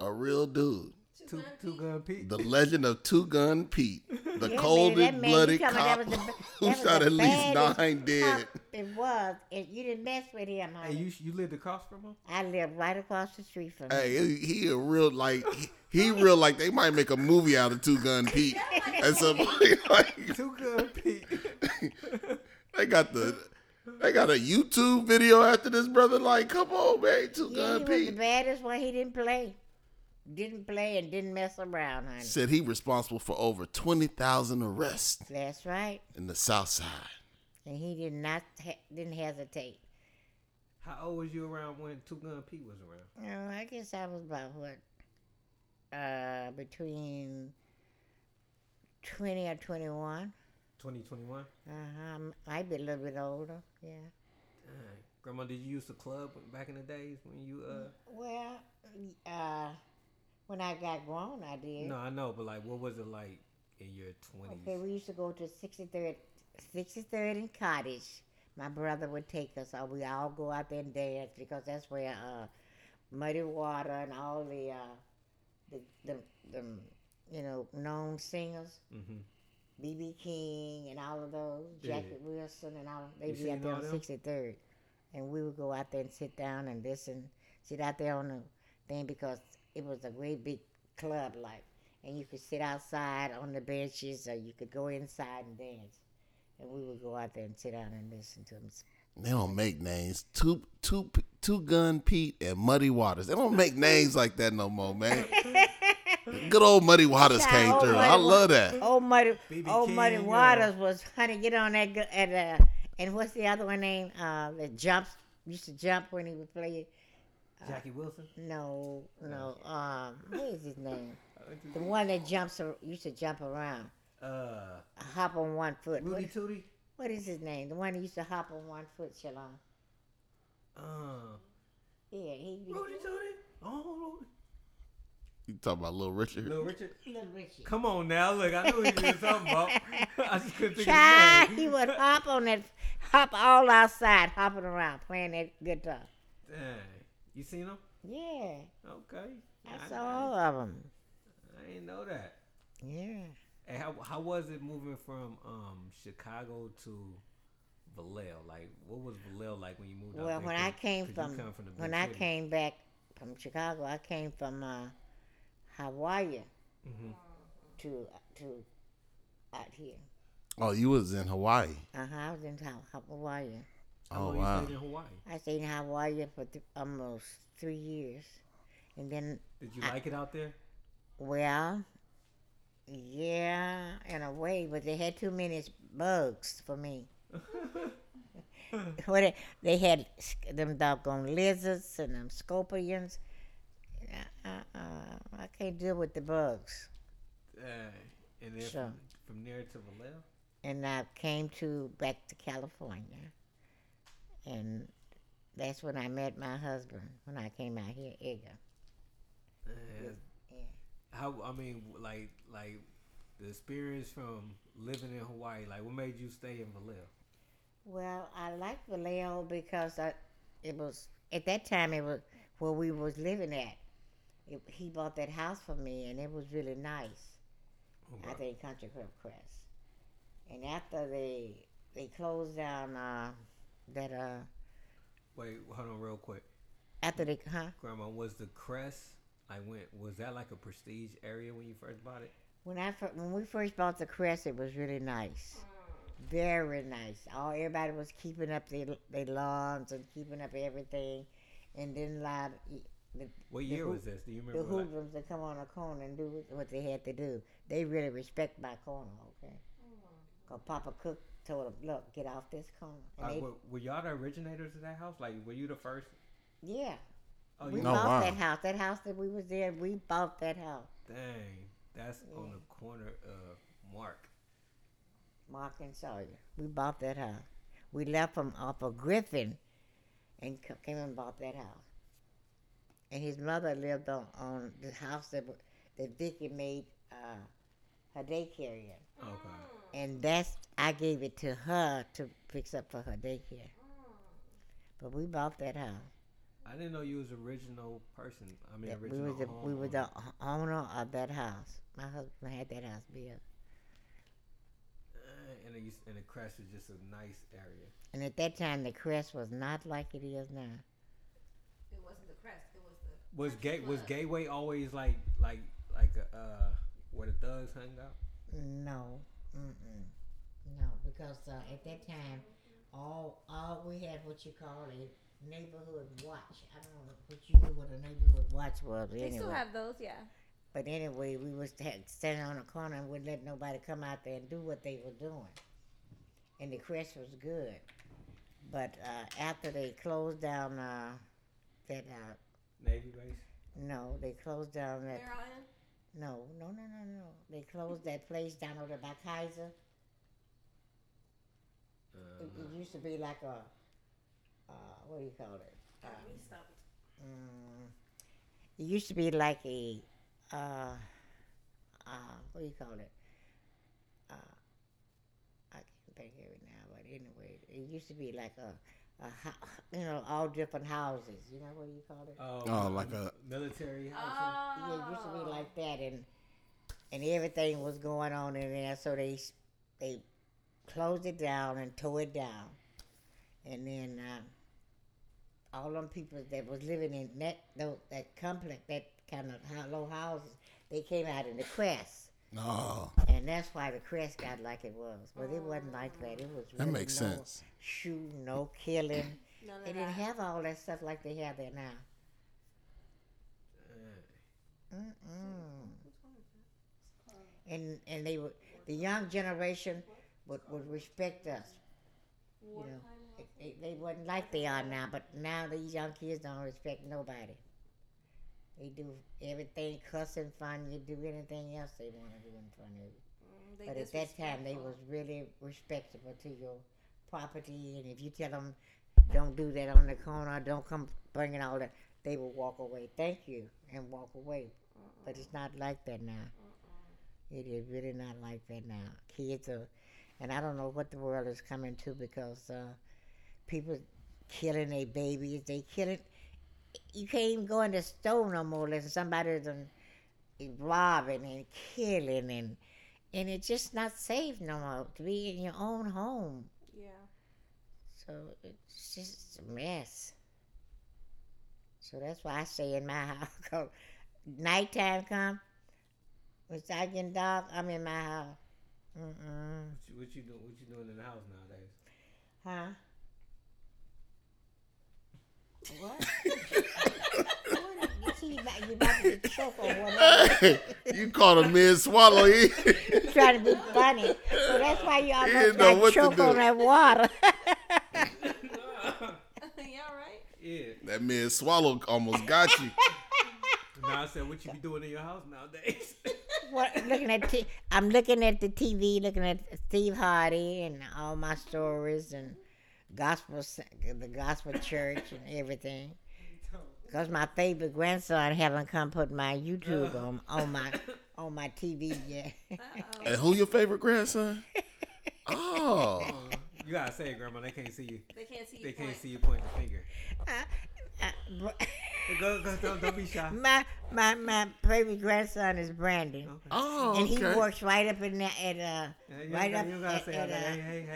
a real dude.
Two,
Gun
two
Pete.
gun Pete.
The legend of Two Gun Pete, the
Yeah, man,
coldest
that man, you
blooded
talking about
cop
that was the-
who
that was
shot
the
at least
baddest
nine dead.
Huh, It was. If you didn't mess with him, honey.
Hey, you you lived across from him?
I lived right across the street from him.
Hey, he- he a real like he, he real like they might make a movie out of Two Gun Pete. And so like
Two gun Pete.
they got the they got a YouTube video after this brother. Like, come on, man, Two
Yeah, he
Gun
was the
Pete
baddest one. He didn't play. Didn't play and didn't mess around, honey.
said he responsible for over twenty thousand arrests
That's right.
in the South Side.
And he did not he- didn't hesitate.
how old was you around when Two Gun Pete was around?
Oh, I guess I was about what, uh, between twenty or twenty-one.
2021?
Uh huh. Might be a little bit older. Yeah.
Dang. Grandma, did you use the club when- back in the days when you, uh,
Well, uh, when I got grown, I did.
no, I know, but like, what was it like in your 20s?
Okay, we used to go to 63rd, 63rd and Cottage. My brother would take us, or we all go out there and dance because that's where uh, Muddy Water and all the, uh, the, the, the, you know, known singers,
mm-hmm.
B.B. King and all of those,
Yeah.
Jackie Wilson and all, they
You
be out
seen
there
all
on
them?
63rd. And we would go out there and sit down and listen, sit out there on the thing because it was a great big club like. And you could sit outside on the benches or you could go inside and dance. And we would go out there and sit down and listen to them.
They don't make names. Two two two gun Pete and Muddy Waters. They don't make names like that no more, man. Good old Muddy Waters
Child,
came
old
through.
Muddy
I
Wa-
love that.
Old Oh, Muddy,
B.B.
old Muddy
King, uh,
Waters was, honey, get on that. gu- And, uh, and what's the other one name? Uh, that jumps, used to jump when he would play it.
Jackie Wilson?
No, no. Um, what is his name? The
Uh,
one that jumps ar- used to jump around,
Uh,
hop on one foot. What,
Rudy Tootie?
what is his name? The one that used to hop on one foot, Shalon.
Uh,
Yeah, he be
Rudy Tootie? Oh,
You talking about Little Richard?
Little Richard?
Little Richie.
Come on now, look, I knew he did something about. I just couldn't think
Child,
of his
he
name.
would hop on that, hop all outside, hopping around, playing that guitar.
Dang. You seen him?
Yeah,
Okay.
I
I-
saw
I,
all of them.
I didn't know that.
Yeah.
And how how was it moving from um Chicago to Vallejo? Like, what was Vallejo like when you moved? out
Well,
there?
when I
'Cause-
came
'cause you
from,
come from the big
when I
city.
came back from Chicago, I came from uh, Hawaii
Mhm.
to to out here.
Oh, you was in Hawaii.
Uh huh. I was in Ha- Ha- Hawaii.
How
Oh
long you
wow.
stayed in Hawaii?
I stayed in Hawaii for th- almost three years, and then
Did you like it out there?
well, yeah, in a way, but they had too many bugs for me. what it- they had sc- them doggone lizards and them scorpions. Uh, uh, uh, I can't deal with the bugs.
Dang. And then
Sure.
from, from there to Vallejo.
and I came to back to California, and that's when I met my husband when I came out here, Edgar.
Dang. How I mean, w- like like the experience from living in Hawaii. Like, what made you stay in Vallejo?
Well, I liked Vallejo because I, it was at that time it was where we was living at. It, he bought that house for me, and it was really nice. I
Okay.
think Country Club Crest. And after they they closed down uh, that uh
Wait, hold on, real quick.
after they huh
Grandma, was the crest I went? Was that like a prestige area when you first bought it?
When I fir- when we first bought the crest, it was really nice, very nice. All everybody was keeping up their their lawns and keeping up everything, and didn't allow the,
What
The
year
Hoo-
was this? Do you
the
remember? like-
hoodlums to come on a corner and do what- what they had to do. They really respect my corner, okay? Cause Papa Cook told them, "Look, get off this corner." And
Uh,
they,
were, were y'all the originators of that house? Like, were you the first?
yeah,
Oh,
we
you
No,
bought
wow.
that house. That house that we was in, we bought that house.
dang! That's on the corner of Mark.
Mark and Sawyer. We bought that house. We left from off of Griffin and c- came and bought that house. And his mother lived on, on the house that, w- that Vicky made uh, her daycare in.
Okay.
And that's, I gave it to her to fix up for her daycare. But we bought that house.
I didn't know you was original person. I mean,
That we
original.
was the, we were
homeowner.
the h- owner of that house. My husband had that house built.
Uh, and it used, and the crash was just a nice area.
And at that time, the crest was not like it is now.
It wasn't the crest. It was the.
Was gate was
club.
Gateway always like like like uh where the thugs hung out?
No, mm-mm. no, because uh, at that time, all all we had what you call a neighborhood watch. I don't know what you knew what a neighborhood watch was
They still
anyway.
have those, yeah.
but anyway, we was had standing on a corner and wouldn't let nobody come out there and do what they were doing. And the crest was good, but uh, after they closed down uh, that uh,
Navy base.
no, they closed down that
Maryland.
No, no, no, no, no. They closed that place down over by Kaiser.
Uh,
It, it used to be like a, uh, what do you call it? Um,
We stopped.
mm, it used to be like a, uh, uh, what do you call it? Uh, I can't think of it now, but anyway, it used to be like a, a hou- you know, all different houses. You know what do you call it?
Oh,
Oh, like a-
military house.
Oh.
Yeah, it used to be like that, and and everything was going on in there. So they s- they closed it down and tore it down, and then uh, all them people that was living in that tho- that complex, that kind of high, low houses, they came out in the crest,
Oh,
and that's why the crest got like it was. But it wasn't like that. It was
that
really
makes
no
sense.
Shooting, no killing.
None
they
of
didn't
that.
have all that stuff like they have there now.
Uh,
Mm-mm. And and they would the young generation would, would respect us. You know, they, they wasn't like they are now, but now these young kids don't respect nobody. They do everything cussing fun. You do anything else they want to do in front of you.
Mm, they
But at that time, they
disrespectful.
was really respectful to your property, and if you tell them, don't do that on the corner, don't come bringing all that, they will walk away. Thank you, and walk away. But it's not like that now. It is really not like that now. Kids are, and I don't know what the world is coming to because uh, people killing their babies, they killing. You can't even go in the store no more unless somebody's done robbing and killing and and it's just not safe no more to be in your own home.
Yeah.
So it's just a mess. So that's why I stay in my house. 'cause nighttime come, when it's dark and dark, I'm in my house. Mm-mm.
What you, what you doing? What you doing in the house nowadays?
Huh? What? what? is- You about, you about to get choked or whatever.
you caught a mid swallow. He,
You trying to be funny. So that's why you almost
know what
like
to
choke
do.
on that water.
yeah, right?
Yeah.
that mid swallow almost got you.
Now I said, what you be doing in your house nowadays?
What, looking at t- I'm looking at the TV, looking at Steve Hardy and all my stories and gospel, s- the gospel church and everything. Cause my favorite grandson haven't come put my YouTube
Uh.
on on my on my TV yet.
Uh-oh.
And who your favorite grandson? Oh,
you gotta say it, Grandma. They can't see you.
They can't see
They
you.
can't
point.
see you pointing the finger.
Br-
Go, go, don't, don't be shy.
my my my favorite grandson is Brandon,
Okay.
oh, okay.
and he works right up in there at uh
Yeah, you
right
gotta-
up
you gotta
at,
say,
at,
hey,
uh,
hey,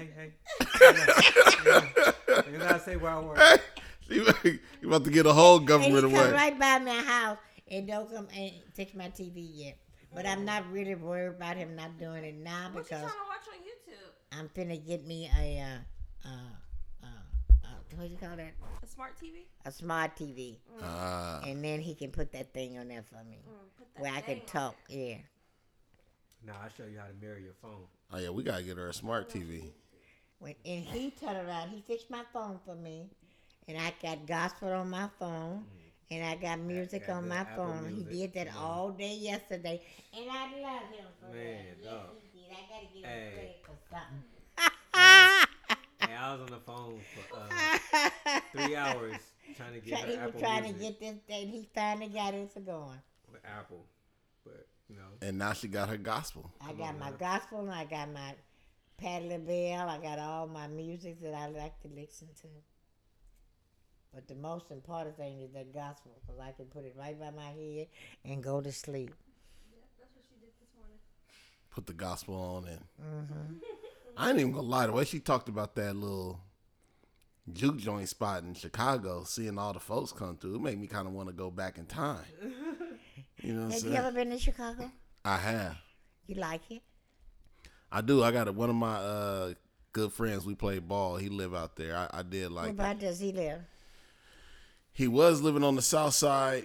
hey, hey, hey. You gotta say where I work.
you about to get a whole
And he
government
come
away.
right by my house and don't come and fix my TV yet. But I'm not really worried about him not doing it now
What you trying
because
to watch on YouTube?
I'm finna get me a uh, uh, uh, uh, what do you call that?
A smart TV?
A smart TV,
Ah,
and then he can put that thing on there for me
Mm, put that
where I can
thing on.
talk. Yeah,
Nah, I'll show you how to mirror your phone.
oh yeah, we gotta get her a smart TV.
when and he turned around, he fixed my phone for me, and I got gospel on my phone. And I got music
Mm-hmm. got
on
the
my
Apple
phone.
Music.
He did that
Yeah.
all day yesterday, and I love him for
Man,
that. Yes,
dog.
he did. I gotta give him
Hey.
credit for something.
Hey, I was on the phone for uh, three hours trying to get
he
her
was
Apple
trying to
Music,
get this thing. He finally got it for going.
with Apple, but you know,
And now she got her gospel.
I
Come
got
on
my
now.
gospel and I got my Patti LaBelle. I got all my music that I like to listen to. But the most important thing is that gospel because I can put it right by my head and go to sleep.
Yeah, that's what she did this morning.
Put the gospel on and
Mm-hmm.
I ain't even gonna lie, the way she talked about that little juke joint spot in Chicago, seeing all the folks come through, it made me kinda wanna go back in time. You know what I'm
Have
saying?
you ever been to Chicago?
I have.
You like it?
I do. I got a, one of my uh good friends, we played ball, he live out there. I, I did
Where
like
about does he live?
he was living on the south side,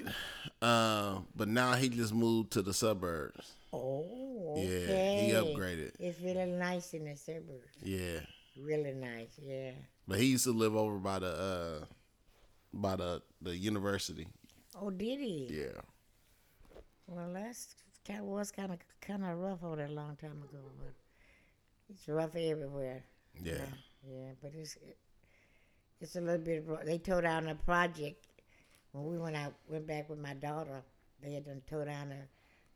um, but now he just moved to the suburbs.
Oh,
Yeah,
okay.
he upgraded.
It's really nice in the suburbs.
Yeah,
Really nice, yeah.
but he used to live over by the uh, by the the university.
Oh, did he?
Yeah,
Well, that's kind of, was kind of kind of rough over there a long time ago, but it's rough everywhere.
yeah.
Yeah, but it's it's a little bit. ro- They tore down a project when we went out, went back with my daughter. They had done tore down the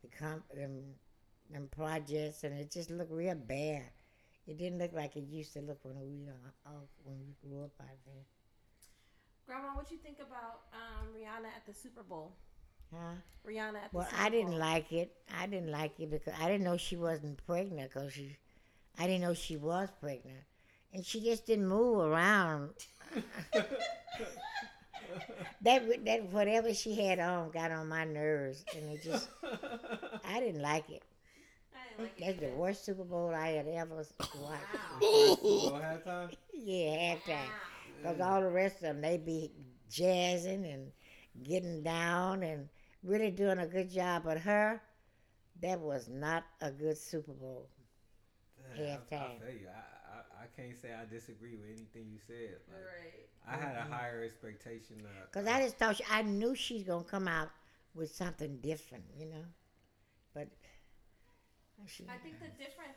the comp, them, them projects, and it just looked real bad. It didn't look like it used to look when we uh, uh, when we grew up out there.
Grandma, what you think about um, Rihanna at the Super Bowl?
Huh?
Rihanna at the
Well,
Super
I didn't
Bowl.
like it. I didn't like it because I didn't know she wasn't pregnant. Cause she, I didn't know she was pregnant, and she just didn't move around. that wa- that whatever she had on got on my nerves, and it just I didn't like it.
I didn't like it.
That's the worst Super Bowl I had ever watched.
Go halftime.
Yeah, halftime. Because all the rest of them, they be jazzing and getting down and really doing a good job. But her, that was not a good Super Bowl.
Yeah, I, I
Halftime.
feel you. I, I, I can't say I disagree with anything you said. Like,
Right.
I had a higher expectation. of-
Because I just thought, she, I knew she's going to come out with something different, you know? But she,
I think the difference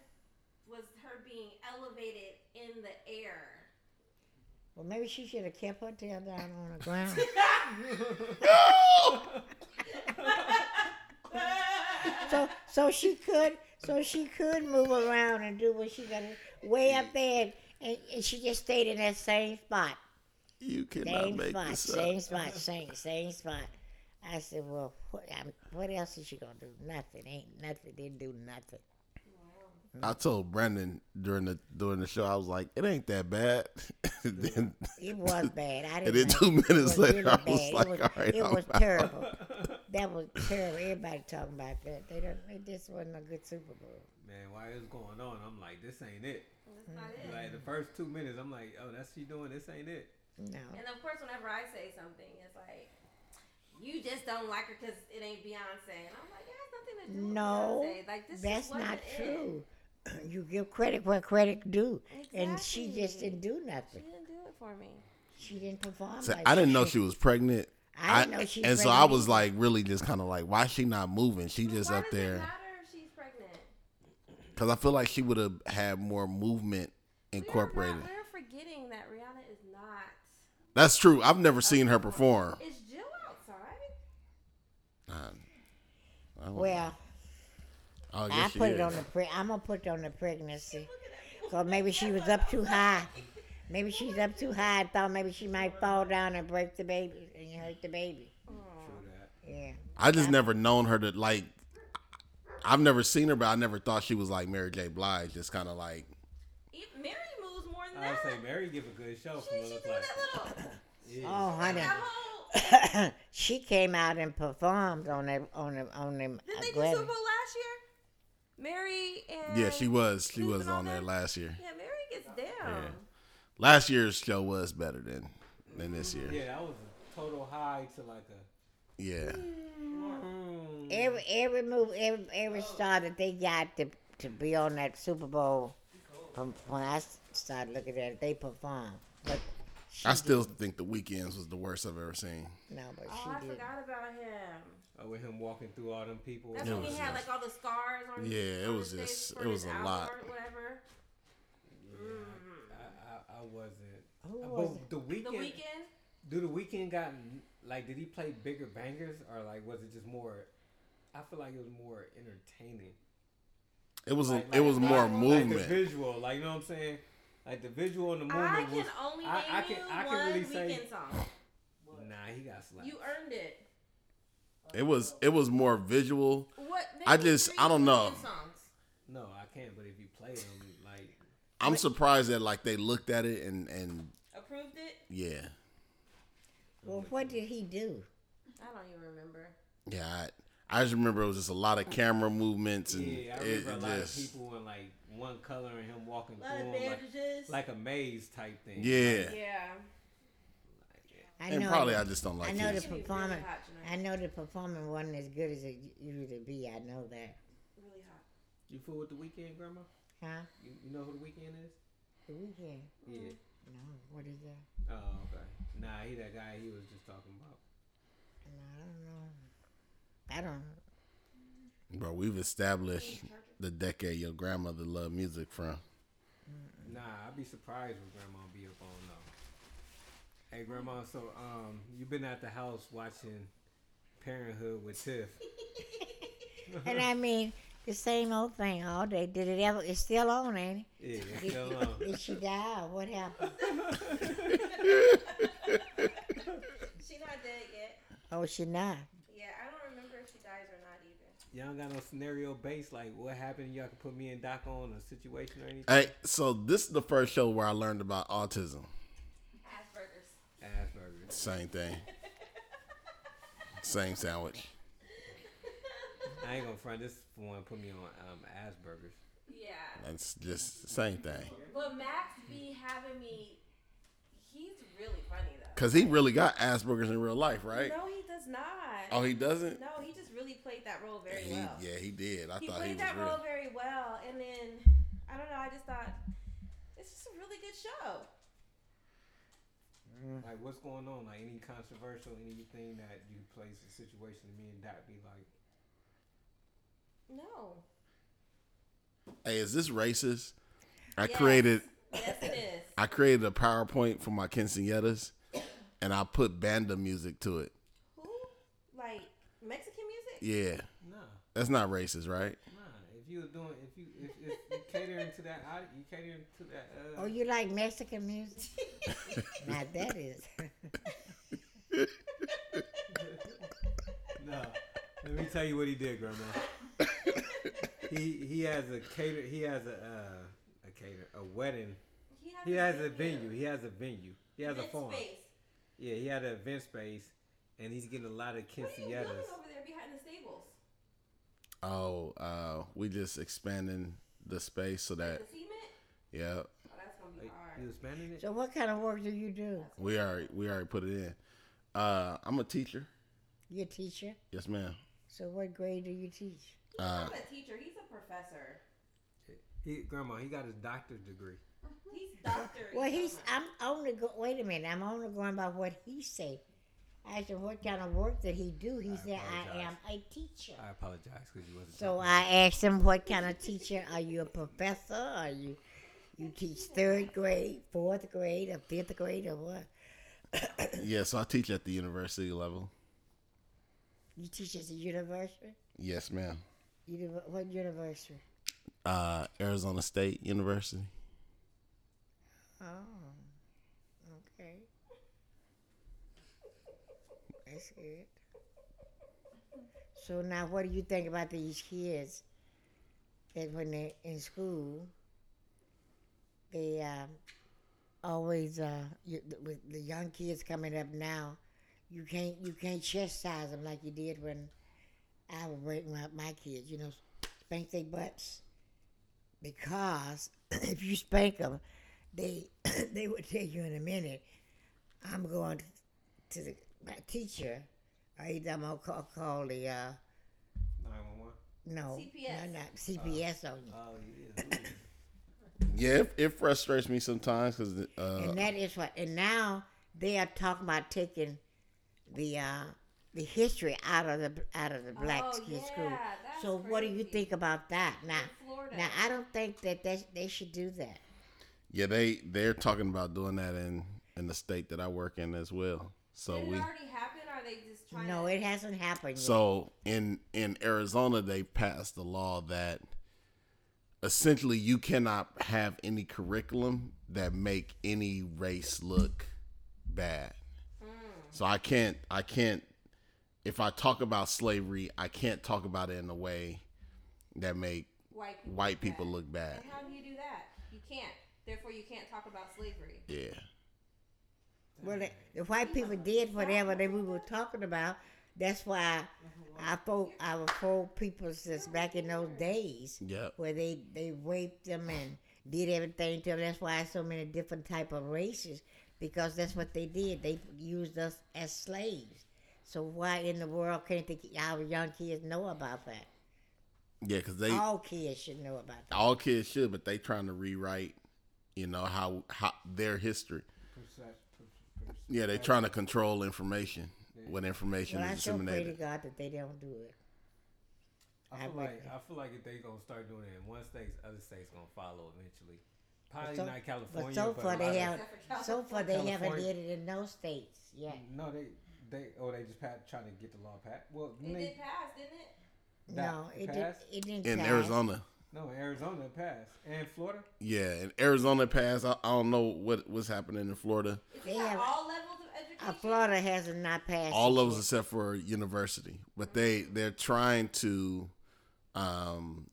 was her being elevated in the air.
well, maybe she should have kept her tail down on the ground. so so she could so she could move around and do what she got to way up there and, and she just stayed in that same spot
You cannot
same
make
spot
this up.
same spot same same spot i said well what, I, what else is she gonna do nothing ain't nothing didn't do nothing
I told Brendan during the during the show, I was like, "It ain't that bad." then,
it was bad i
and then
didn't like
two
it. It
minutes
was
later,
really
I was
bad.
like,
it was,
"All right,
it
I'm
was
out."
terrible that was terrible everybody talking about that they don't it just wasn't a good super bowl
man, while it was going on, I'm like, this ain't it.
That's not
Mm.
it.
Like the first two minutes, I'm like, oh, that's she doing. This ain't it.
no
And of course, whenever I say something, it's like, you just don't like her because it ain't Beyonce. And I'm like, it has nothing to do with
No,
Beyonce. Like, this
that's
just wasn't
not
it.
true. You give credit where credit due, and she just
Exactly.
didn't do
She
nothing.
didn't do it for me.
She didn't perform.
So
like
I didn't know
should.
she was pregnant.
I didn't know she was
and so I
pregnant
was
either.
like, really, just kind of like, why she not moving? She just
Why
up
does it
there
matter if she's pregnant?
because I feel like she would have had more movement
We are
incorporated.
not- We're forgetting that Rihanna is not.
That's true. I've never seen her perform.
Is Jill outside?
Well,
Oh,
I
yes, she
put it
is.
on the pre. I'm gonna put it on the pregnancy. Cause maybe she was up too high. Maybe she's up too high and thought maybe she might fall down and break the baby and hurt the baby.
True that.
Yeah.
I just never known her to like. I've never seen her, but I never thought she was like Mary J. Blige, just kind of like
E- Mary moves more than
I would
that.
say Mary give a good show from
she she
what it
doing
looks like.
that little.
Yeah.
Oh, honey,
That whole.
she came out and performed on the on the on the.
Didn't they do
Grammy.
Super Bowl last year? Mary and.
yeah, she was she
She's
was
been
on
on
there
there?
last year.
Yeah, Mary gets down.
Last year's show was better than than this year.
Yeah, that was a total high to like a.
Yeah,
Mm,
Every every move, every every star that they got to to be on that Super Bowl, from when I s- started looking at it, they performed. But she
I still think the weekends was the worst I've ever seen.
did, no, but
Oh, I
she did.
forgot about him.
uh, with him walking through all them people.
That's
It
when he
was
had
just-
like all the scars on. his-
Yeah, it
on
was
his face
just-
for
it was
his
a
hour
lot.
or Whatever.
I, I, I was it?
Oh,
Who
Uh,
was
but
it?
the
The
weekend,
weekend.
Do the weekend got like? Did he play bigger bangers or like was it just more? I feel like it was more entertaining.
It was
Like-
it was
like-
more
like
movement.
the visual, like you know what I'm saying? Like the visual and the movement
I can
was.
only name
I- I can-
you
I can
one
really say-
weekend song.
Nah, he got slapped.
You earned it.
it was it was more visual.
What? name
I
me
just-
three
I don't know.
weekend Songs.
no, I can't. But if you play him, like
I'm surprised that like they looked at it and and
Approved it?
yeah
Well, what did he do?
I don't even remember.
yeah. I, I just remember it was just a lot of camera movements and
yeah, I
it,
remember a
it
lot
just-
of people in like one color and him walking
A lot
through
of
'em, like,
bandages.
like a maze type thing.
yeah.
yeah.
I
And
know
probably I just don't
I
like
know the
his.
It's gonna be really
performance.
hot tonight.
I know the performance wasn't as good as it used to be. I know that.
Really hot.
You fool with the weekend, Grandma?
Huh?
You, you know who the weekend is?
The weekend?
Yeah.
No. What is that?
Oh, Mm-hmm. okay. Nah, he that guy he was just talking about.
No, I don't know. I don't.
Bro, we've established the decade your grandmother loved music from.
Nah, I'd be surprised what Grandma be up on though. Hey, Grandma. So, um, you been at the house watching Parenthood with Tiff?
And I mean, the same old thing all day. Did it ever? It's still on, ain't
Yeah,
it?
um, it's still on.
Did she die or what happened?
She not dead yet.
Oh, she not.
Yeah, I don't remember if she dies or not either.
Y'all don't got no scenario based like what happened. Y'all can put me and Doc on a situation or anything.
Hey, so this is the first show where I learned about autism.
Asperger's.
Asperger's.
Same thing. Same sandwich.
I ain't gonna front this one. Put me on um, Asperger's.
Yeah.
That's just the same thing.
But Max be having me. He's really funny though.
Cause he really got Asperger's in real life, right?
No, he does not.
Oh, he doesn't.
No, he just really played that role very
He,
well.
yeah, he did. I
he
thought he
played
was
that
real.
role very well, and then I don't know. I just thought it's just a really good show.
Like, what's going on? Like, any controversial, anything that you place a situation me and Doc be like,
No.
Hey, is this racist? I
Yes.
created
Yes, it is.
I created a PowerPoint for my quinceañeras, and I put banda music to it.
Who? Like Mexican music?
Yeah,
nah,
that's not racist, right?
nah. If you was doing, if you, if, if you catering to that, audi- you catering to that. Uh,
Oh, you like Mexican music? now that is.
No. Let me tell you what he did, Grandma. he he has a cater. He has a uh, a cater a wedding. He has a venue. He has a venue. He has a
Event
farm.
space.
Yeah, he had an event space, and he's getting a lot of
What are you doing
quinceañeras.
over there behind the stables?
Oh, uh, we just expanding the space so that
The cement?
yeah,
Oh, that's gonna be
Like,
hard.
you expanding it?
So, what kind of work do you do?
we already we already put it in. Uh, I'm a teacher.
You a teacher?
Yes, ma'am.
So, what grade do you teach?
Uh,
He's not a teacher. He's a professor.
He, grandma, he got his doctor's degree.
He's doctor.
Well, he's. I'm only. Go, wait a minute. I'm only going by what he say. I asked him what kind of work did he do. He said, "I am
apologize.
a teacher."
I apologize because you wasn't.
So
talking.
I asked him, "What kind of teacher are you? A professor? Are you? You teach third grade, fourth grade, or fifth grade, or what?
yeah, so I teach at the university level.
You teach at the university?
Yes, ma'am.
You what university?
Uh, Arizona State University.
Oh, okay. That's good. So now, what do you think about these kids that when they're in school, they uh, always uh, you, the, with the young kids coming up now, you can't you can't chastise them like you did when I would break my, my kids. You know, spank their butts because if you spank them, they they would tell you in a minute, I'm going to the my teacher, or either I'm gonna call, call the uh,
911.
no,
CPS.
no, not CPS
Uh-huh.
on you,
Oh, yeah.
Yeah, it, it frustrates me sometimes because uh,
and that is what. And now they are talking about taking the uh, the history out of the out of the black
Oh,
kids school.
yeah, that's
So what do you
crazy.
think about that now?
Florida.
Now I don't think that that they should do that.
Yeah, they they're talking about doing that in in the state that I work in as well. So
Did
we
it already happen? Or are they just trying?
No,
to,
it hasn't happened yet.
So in in Arizona, they passed a law that essentially you cannot have any curriculum that make any race look bad.
Mm.
So I can't I can't if I talk about slavery, I can't talk about it in a way that make
white people
white
do
people
that.
look bad.
And how do you do that? You can't. Therefore, you can't talk about slavery.
Yeah.
Well, the, the white people did whatever that we were talking about. That's why I folk, our folk people since back in those days,
Yep.
where they they raped them and did everything to them. That's why so many different type of races, because that's what they did. They used us as slaves. So why in the world can't the, our young kids know about that?
Yeah, cuz they
Oh.
All kids should know about that.
all kids should, but they trying to rewrite, you know, how how their history. Yeah, they trying to control information when information
Well, I
is
sure pray to
disseminated.
God that they don't do it.
I
I
feel
would-
like I feel like if they gonna start doing it in one state, other states gonna follow eventually. Probably
so-
not California,
But
but,
so
a
far
lot of-
they have,
Except for
so far they haven't
California.
did it in those states yet.
No, they they oh they just pat, trying to get the law passed. Well,
It
they,
did pass, didn't
that
it?
No, it didn't.
passed?
It didn't.
In
pass.
Arizona,
no Arizona it passed and Florida.
yeah, in Arizona passed. I, I don't know what what's happening in Florida.
Is
They
it at
have-
all levels of education?
Uh, Florida hasn't not passed.
All
it
of
yet.
us except for university, but they they're trying to um,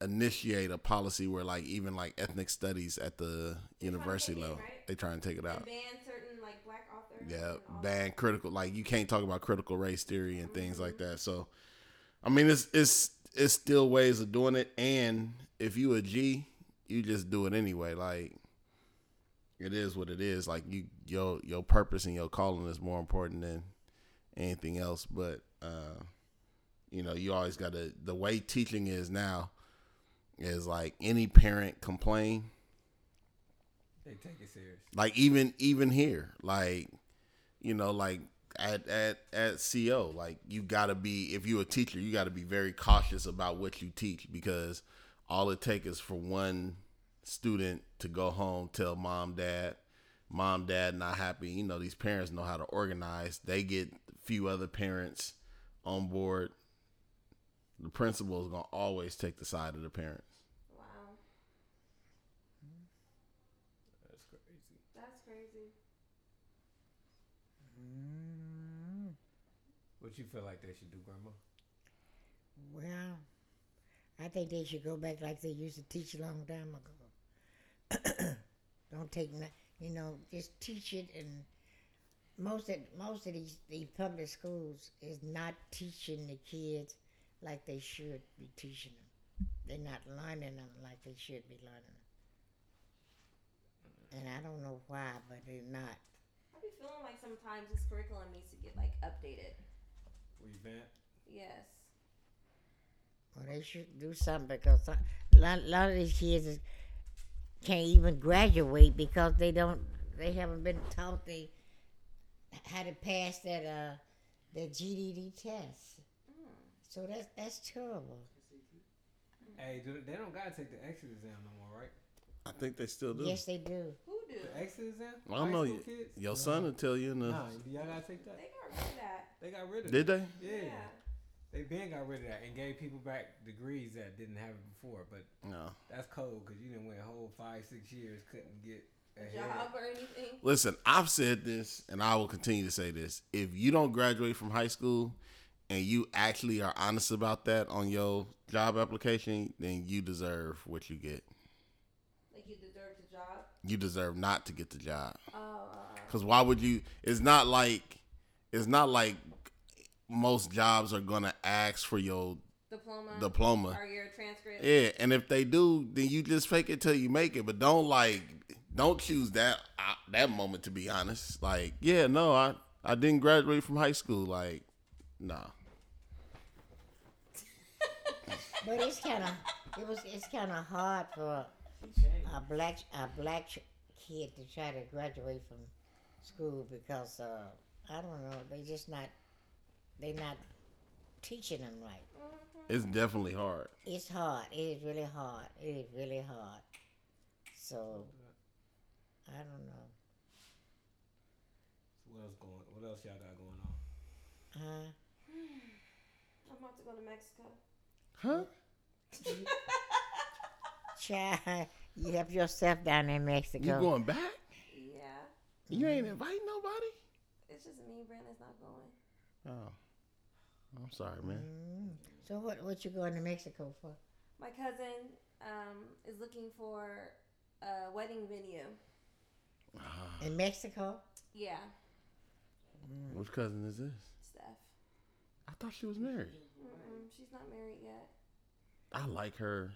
initiate a policy where like even like ethnic studies at the university
take it,
level,
right?
they try and take it
And
out.
ban certain like black authors.
Yeah,
and all that.
ban critical. Like you can't talk about critical race theory and things like that. So, I mean, it's it's it's still ways of doing it. And if you a G, you just do it anyway. Like it is what it is. Like you your your purpose and your calling is more important than anything else. But uh, you know, you always got to the way teaching is now is like any parent complain
They take it serious.
like even even here like you know like at at at co like you gotta be if you're a teacher you gotta be very cautious about what you teach because all it takes is for one student to go home tell mom dad mom dad not happy you know these parents know how to organize they get few other parents on board the principal is gonna always take the side of the parents
Wow,
That's crazy.
that's crazy.
What you feel like they should do, Grandma?
Well, I think they should go back like they used to teach a long time ago. Don't take, no- you know, just teach it. And most of most of these the public schools is not teaching the kids like they should be teaching them. They're not learning them like they should be learning them. And I don't know why, but they're not.
I be feeling like sometimes this curriculum needs to get like updated.
Revamp.
Yes.
Well, they should do something because some- a lot, lot of these kids is, can't even graduate because they don't, they haven't been taught they how to pass that uh that GED test. So that's that's terrible.
Hey, do, they don't gotta take the exit exam no more, right?
i think they still do
Yes, they do.
Who do?
The exit exam.
i don't
High
know
school
y-
kids?
your son will tell you in the,
Nah, do y'all gotta take that.
They got rid of that.
They got rid of
did
it.
they
Yeah. They been got rid of that and gave people back degrees that didn't have it before, but
no
That's cold because you didn't win a whole five, six years, couldn't get
A
ahead.
job or anything.
Listen, I've said this and I will continue to say this. If you don't graduate from high school and you actually are honest about that on your job application, then you deserve what you get.
Like you deserve the job.
You deserve not to get the job.
Oh,
Cuz why would you it's not like it's not like most jobs are going to ask for your
diploma.
diploma.
Or your transcript.
Yeah, and if they do, then you just fake it till you make it. But don't like, don't choose that uh, that moment. To be honest, like, yeah, no, I I didn't graduate from high school. Like, nah,
But it's kind of it was it's kind of hard for a black a black ch- kid to try to graduate from school because uh, I don't know they just not they not teaching them right.
it's definitely hard.
It's hard. It is really hard. It is really hard. So I don't know.
What else going? What else y'all got going on?
Huh?
I'm about to go to Mexico.
Huh?
Child, you help yourself down in Mexico.
You going back?
Yeah.
You ain't inviting nobody?
It's just me. Brandon's not going.
Oh. I'm sorry, man.
Mm. So what? What you going to Mexico for?
My cousin um, is looking for a wedding venue.
In Mexico?
Yeah.
Which cousin is this?
Steph.
I thought she was married.
Mm-mm, she's not married yet.
I like her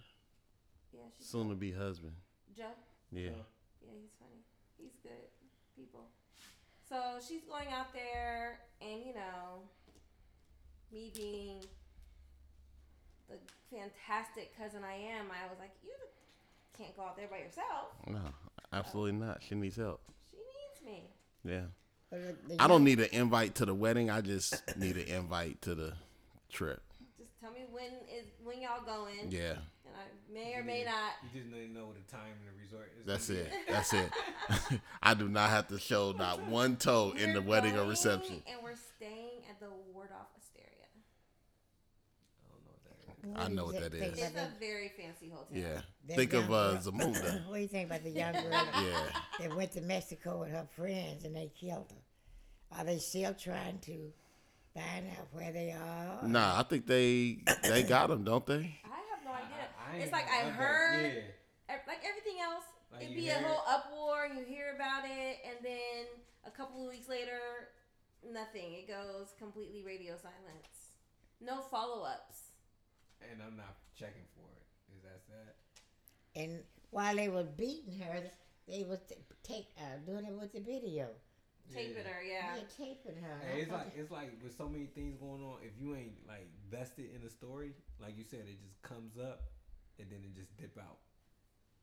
Yeah, she's
soon to be husband.
Joe.
Yeah.
Yeah, he's funny. He's good people. So she's going out there, and you know, me being the fantastic cousin I am, I was like, you can't go out there by yourself.
No, absolutely not. She needs help.
She needs me.
Yeah.
Or the- the
I don't
young-
need an invite to the wedding. I just need an invite to the trip.
Just tell me when is when y'all going,
Yeah.
and I may or may not.
You just need to know the time and the resort. Is
That's
gonna
it. That's it. I do not have to show not one toe in the
We're
wedding or
going,
reception.
and we're staying at the Wardoff Asteria.
be- I don't know what that is.
I know what that
Think- think
is.
about
It's a
that-
very fancy hotel.
Yeah.
that
Think of
young
uh,
girl-
Zamunda.
what do you think about the young girl that-
Yeah.
that went to Mexico with her friends and they killed her? Are they still trying to find out where they are?
Nah, I think they they got him, don't they?
I have no idea.
I- I ain't
it's like I
heard that.
heard.
Yeah.
ev- like everything else,
Like
it'd
you
be a
hear
whole uproar. You hear about it, and then a couple of weeks later, nothing. It goes completely radio silence. No follow ups.
And I'm not checking for it. Is that that?
And while they were beating her, they was t- take uh, doing it with the video.
Taping her, yeah.
They're taping her.
Hey, it's
I thought
like it's like with so many things going on. If you ain't like vested in the story, like you said, it just comes up and then it just dip out,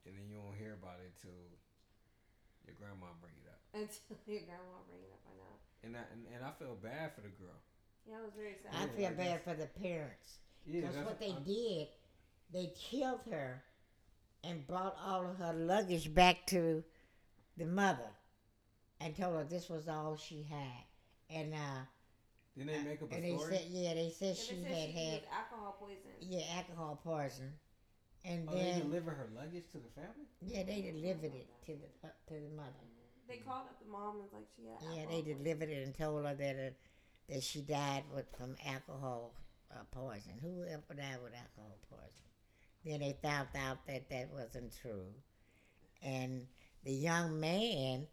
and then you don't hear about it till your grandma bring it up.
Until your grandma bring it up, I know.
And I and, and I feel bad for the girl.
Yeah, it was very sad.
I
Yeah,
feel
like
bad for the parents.
Yeah,
Because
that's-
what they
I'm-
did, they killed her and brought all of her luggage back to the mother and told her this was all she had. And uh,
Didn't they make up a
and they
story?
said, yeah, they said
And
she
it said
had
she
had
was alcohol poisoning.
yeah alcohol poison, and
oh, they
then
deliver her luggage to the family.
yeah they delivered it to the to the mother.
They called up the mom and was like, she had
Yeah,
alcohol
they
poisoning.
delivered it and told her that it, that she died with from alcohol uh, poison. Who ever died with alcohol poison? Then they found out that that wasn't true, and the young man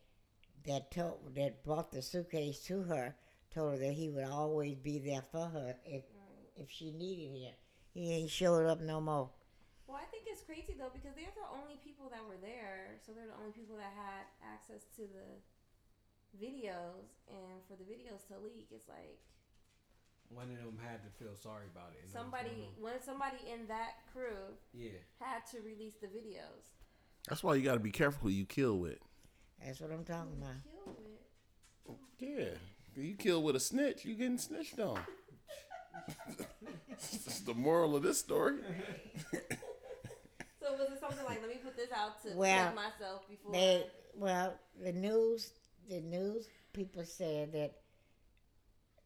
that told that brought the suitcase to her told her that he would always be there for her if if she needed him. He ain't showed up no more.
Well, I think it's crazy though because they're the only people that were there, so they're the only people that had access to the videos, and for the videos to leak, it's like
One of them had to feel sorry about it. and know what's
somebody,
going on.
when somebody in that crew
Yeah.
had to release the videos.
That's why you got to be careful who you kill with.
That's what I'm talking about.
Kill it.
Yeah. You kill with a snitch, you getting snitched on. That's the moral of this story.
So was it something like, let me put this out to
Well,
protect myself before?
They well, the news, the news people said that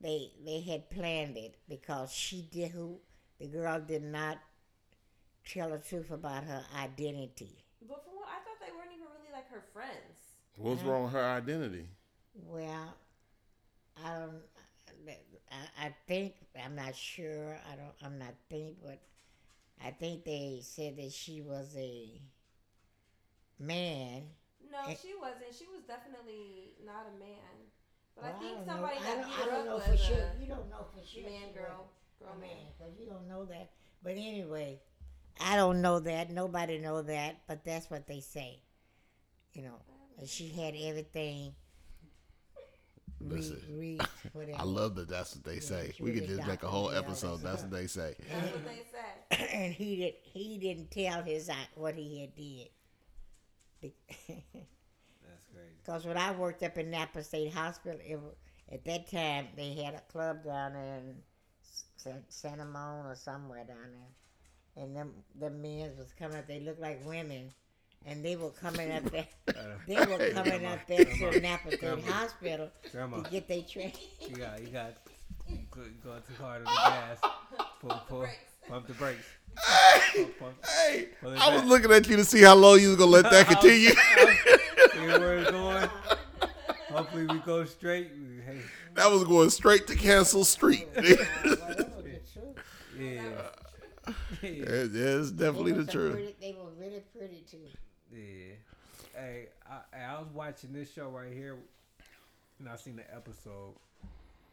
they they had planned it because she did who the girl did not tell the truth about her identity.
but for what I thought they weren't even really like her friends.
What's wrong with her identity?
Well, I don't. I, I think I'm not sure. I don't. I'm not think, but I think they said that she was a man.
No,
Eh.
she wasn't. She was definitely not a man. But
Well,
I think
don't know.
somebody
I
that
don't-
beat
I
her
don't
up
know
was
for sure.
a
You don't know for sure.
man,
she
girl,
was
girl,
a
man.
man, 'cause you don't know that. But anyway, I don't know that. Nobody know that. But that's what they say. You know, and she had everything. Re,
Listen,
re,
I
whatever.
love that that's what they say.
she
We
was
could
a
just make
doctor,
a whole
yeah.
episode. That's what they say.
That's what they said.
and he did. He didn't tell his aunt what he had did.
That's crazy.
Because when I worked up in Napa State Hospital, it, wa- at that time they had a club down there in San, Santa Mon or somewhere down there, and them the men was coming up. They looked like women, and they were coming up there.
Uh,
They were coming up there to Napleton
Grandma.
Hospital
Grandma.
to get their train.
You got, you got, you go- you going too hard on the gas. Pump, pump, pump the brakes. Pump, pump.
Hey,
Well, it's
I was
that-
looking at you to see how long you was gonna let that continue.
See where it's going. Hopefully we go straight. We- Hey,
that was going straight to Cancel Street.
yeah,
Yeah,
yeah,
yeah, it's definitely the truth.
They were really pretty too.
yeah. Hey, I, I was watching this show right here, and I seen the episode.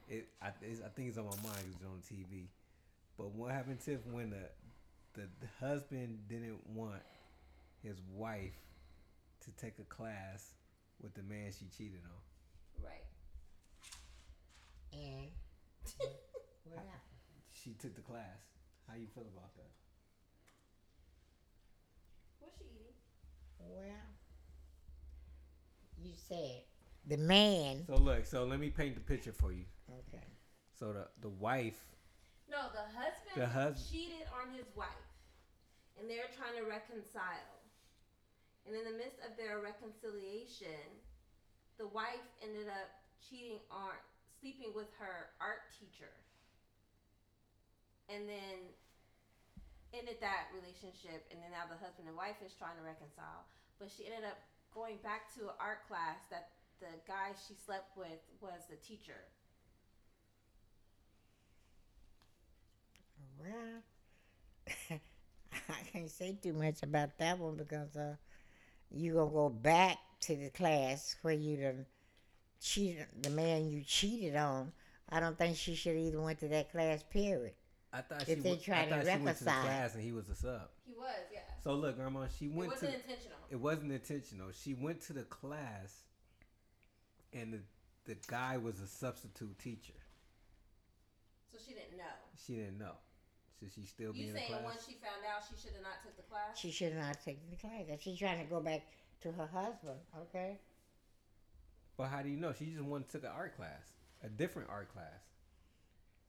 It, I, it's, I think it's on my mind. 'cause It's on TV. But what happened to when the, the husband didn't want his wife to take a class with the man she cheated on?
Right.
And what happened?
She took the class. How you feel about that?
What's she eating?
Well, you said the man.
So look, so let me paint the picture for you.
Okay.
So the the wife,
No, the husband
The hus-
cheated on his wife, and they're trying to reconcile. And in the midst of their reconciliation, the wife ended up cheating on sleeping with her art teacher, and then ended that relationship. And then now the husband and wife is trying to reconcile, but she ended up going back to an art class that the guy she slept with was the teacher.
Well, I can't say too much about that one because uh, you gonna go back to the class where you done cheated the man you cheated on. I don't think she should even went to that class. Period.
I thought she
If they
went, I
try to
thought she went to the
reconcile.
class and he was a sub.
He was, yeah.
So look, grandma, she
It
went to
wasn't intentional.
it wasn't intentional. She went to the class, and the the guy was a substitute teacher.
So she didn't know.
She didn't know, so she still be
You
in the
saying
class.
once she found out, she should have not took the class?
She should not have taken the class. If she's trying to go back to her husband, okay?
but how do you know? She just went and took an art class, a different art class,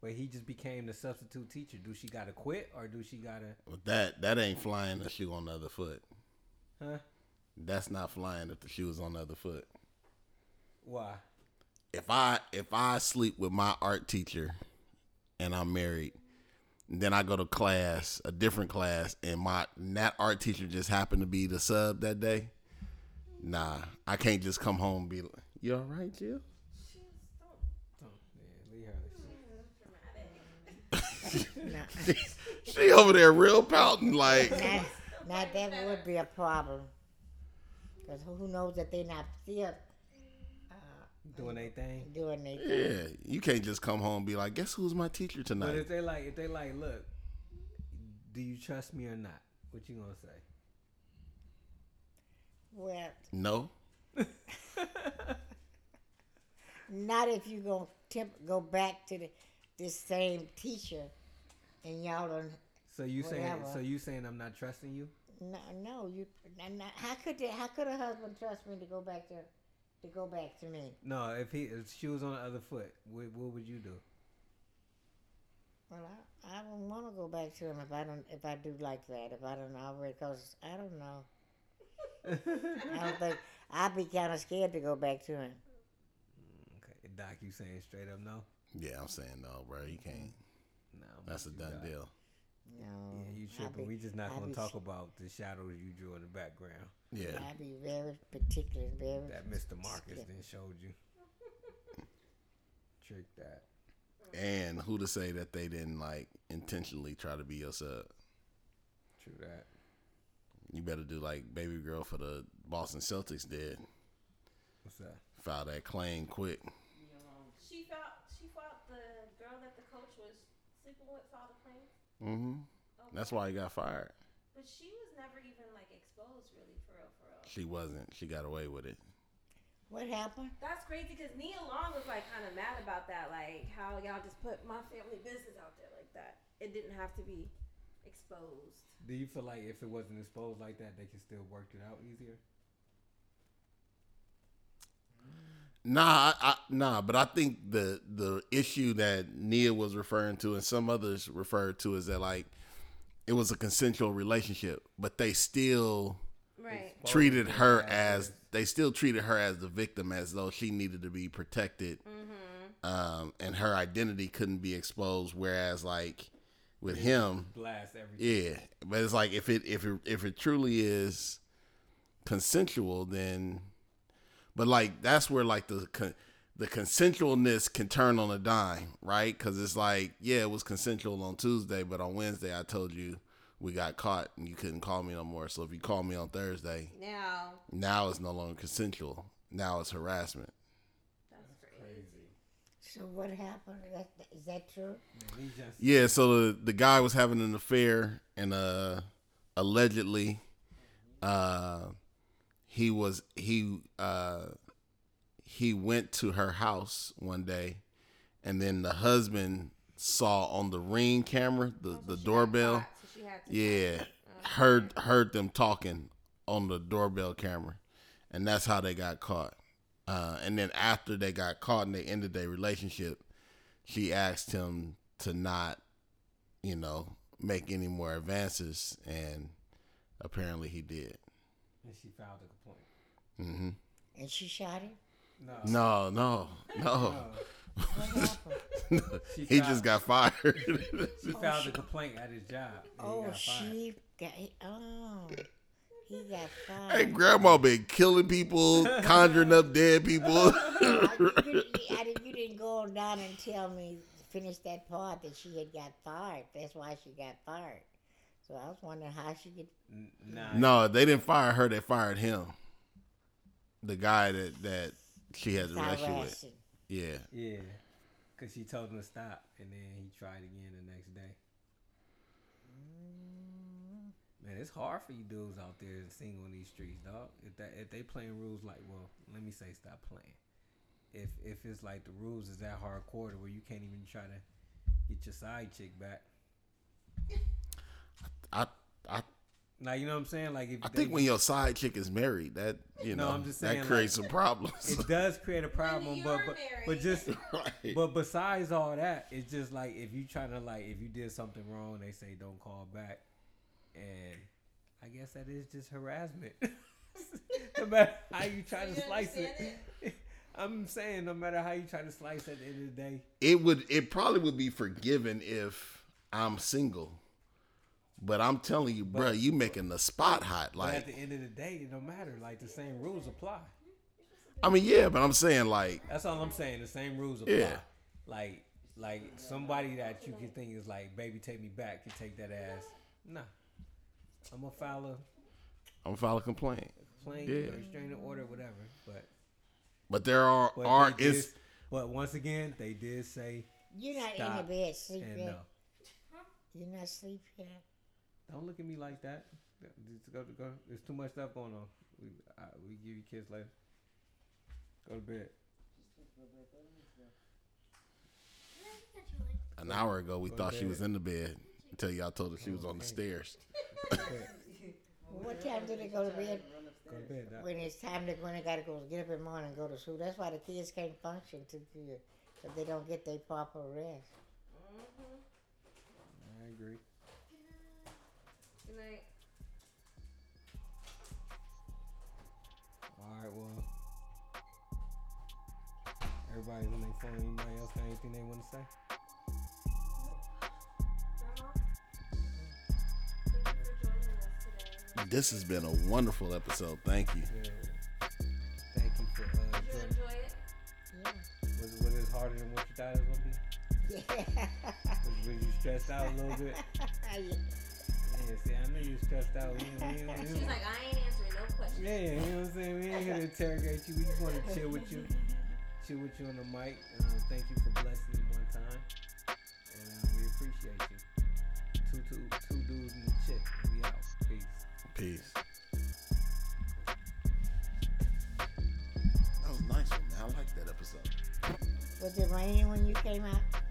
where he just became the substitute teacher. Do she gotta quit or do she gotta?
But that that ain't flying the shoe on the other foot.
Huh?
That's not flying if the shoe is on the other foot.
Why?
If I if I sleep with my art teacher and I'm married, then I go to class, a different class, and my and that art teacher just happened to be the sub that day. Nah, I can't just come home and be like, "You all right, Jill?"
Don't, yeah, leave her.
Now,
she over there real pouting like
now, now that would be a problem. Because who knows that they're not still
Doing their thing.
doing their
yeah
thing.
you can't just come home and be like guess who's my teacher
But
tonight
if they like, if they like, look, do you trust me or not? What you gonna say?
Well,
no
not if you gonna temp- go back to the, this same teacher, and y'all don't.
So you saying,
Whatever.
so you saying I'm not trusting you?
No, no, you. I'm not- how could they, how could a husband trust me to go back to, to go back to me?
No, if he, if she was on the other foot, what, what would you do?
Well, I, I don't want to go back to him if I don't if I do like that if I don't already because I don't know. I don't think I'd be kind of scared to go back to him.
Okay, Doc, you saying straight up no?
yeah i'm saying no bro you can't
No, I'm
that's a
with you,
done
Doc.
deal
No,
Yeah, you
I'd
tripping?
be-
we just not
I'd
gonna
be-
talk about the shadows you drew in the background
yeah
I'd be very particular, very.
that Mr. Marcus
scared.
then showed you. Trick that.
and who to say that they didn't like intentionally try to be your sub
True that.
you better do like baby girl for the boston celtics did
What's that?
file that claim quick
She fought. She fought the girl that the coach was sleeping with, fought the claim.
mm-hmm. that's why he got fired
But she was never even like exposed, really, for real, for real.
she wasn't she got away with it
What happened?
That's crazy because Nia Long was like kind of mad about that, like how y'all just put my family business out there like that. It didn't have to be exposed.
Do you feel like if it wasn't exposed like that, they could still work it out easier?
Nah, I, I, nah, but I think the the issue that Nia was referring to and some others referred to is that like it was a consensual relationship, but they still
Right.
exposed
treated
to
her
that.
as they still treated her as the victim as though she needed to be protected um, and her identity couldn't be exposed whereas like with him
blast everything.
yeah but it's like if it if it if it truly is consensual then but like that's where like the con- the consensualness can turn on a dime right because it's like yeah it was consensual on tuesday but on wednesday i told you we got caught and you couldn't call me no more so if you call me on thursday
Now
now it's no longer consensual. Now it's harassment.
that's crazy.
Crazy.
So what happened? That, is that true?
He just
Yeah, so the, the guy was having an affair and uh allegedly uh he was he uh he went to her house one day and then the husband saw on the ring camera the, the
Oh, She got
doorbell.
caught, so she had to-
Yeah, heard heard them talking on the doorbell camera, and that's how they got caught. Uh, and then after they got caught and they ended their relationship, she asked him to not, you know, make any more advances, and apparently he did.
and she filed a complaint.
hmm
And she shot him?
No.
No, no, no.
no. She
he
found-
just got fired.
She filed a complaint at his job. and he
Oh,
got fired.
she got. Oh, he got
hey,
fired.
grandma been killing people, conjuring up dead people.
I, you, didn't- I didn't- you didn't go on down and tell me finish that part that she had got fired. That's why she got fired. So I was wondering how she could.
N- Nah.
No, they didn't fire her. They fired him. The guy that that she had the
stop
issue with.
harassing.
Yeah,
Yeah. Cause she told him to stop, and then he tried again the next day. Man, it's hard for you dudes out there and single in these streets, dog. If that if they playing rules like, well, let me say, stop playing. If if it's like the rules is that hardcore to where you can't even try to get your side chick back.
I I
Like you know what I'm saying? Like if
I
they
think when
just-
your side chick is married, that you
No,
know
I'm just saying,
that creates
like-
some problems.
it does create a problem,
you're
but but, but
married.
just
Right.
But besides all that, it's just like if you trying to like if you did something wrong, they say don't call back, and I guess that is just harassment. no matter how you try to
You
slice it,
understand
I'm saying no matter how you try to slice it, at the end of the day,
it would it probably would be forgiven if I'm single, but I'm telling you, bruh, you making the spot hot.
but at
Like
the end of the day, it don't matter. Like the same rules apply.
I mean, yeah, but I'm saying like
That's all I'm saying. The same rules apply.
Yeah.
Like like somebody that you can think is like baby take me back can take that ass. Nah, I'm gonna file a
I'm gonna file a complaint.
plain
Yeah.
restraining order, whatever. But
But there are
but
are
they did-
is
but once again, they did say
You're not
Stop
in the bed sleep
and uh,
yet.
no.
You're not sleep yet.
Don't look at me like that. Just go, go. There's too much stuff going on. We I, we give you kids later. Go to bed.
an hour ago we
Go to
thought she
bed.
was in the bed until y'all told her she was on the stairs.
What time do they go to bed?
Go to bed. Doc.
When it's time to when they gotta go get up in the morning and go to school. That's why the kids can't function too good. If they don't get their proper rest.
I agree.
Good night.
All right. Well, everybody's on their phone. Anybody else got anything they want to say?
Grandma, thank you for joining us today.
This has been a wonderful episode. Thank you.
Yeah. Thank you for uh,
Did you
joining.
enjoy it?
Was, was it harder than what you thought it was gonna be?
Yeah.
Was, was you stressed out a little bit?
yeah.
Yeah. See, I knew you was stressed out. We, didn't- we, didn't- we,
She was
didn't-
like, I ain't answering no questions.
Yeah, you know what I'm saying? We ain't here to interrogate you. We just want to chill with you. Chill with you on the mic. Uh, thank you for blessing me one time. And uh, we appreciate you. Two, two, two dudes and a chick. We out. Peace.
Peace. That was a nice one, man. I like that episode.
Was it raining when you came out?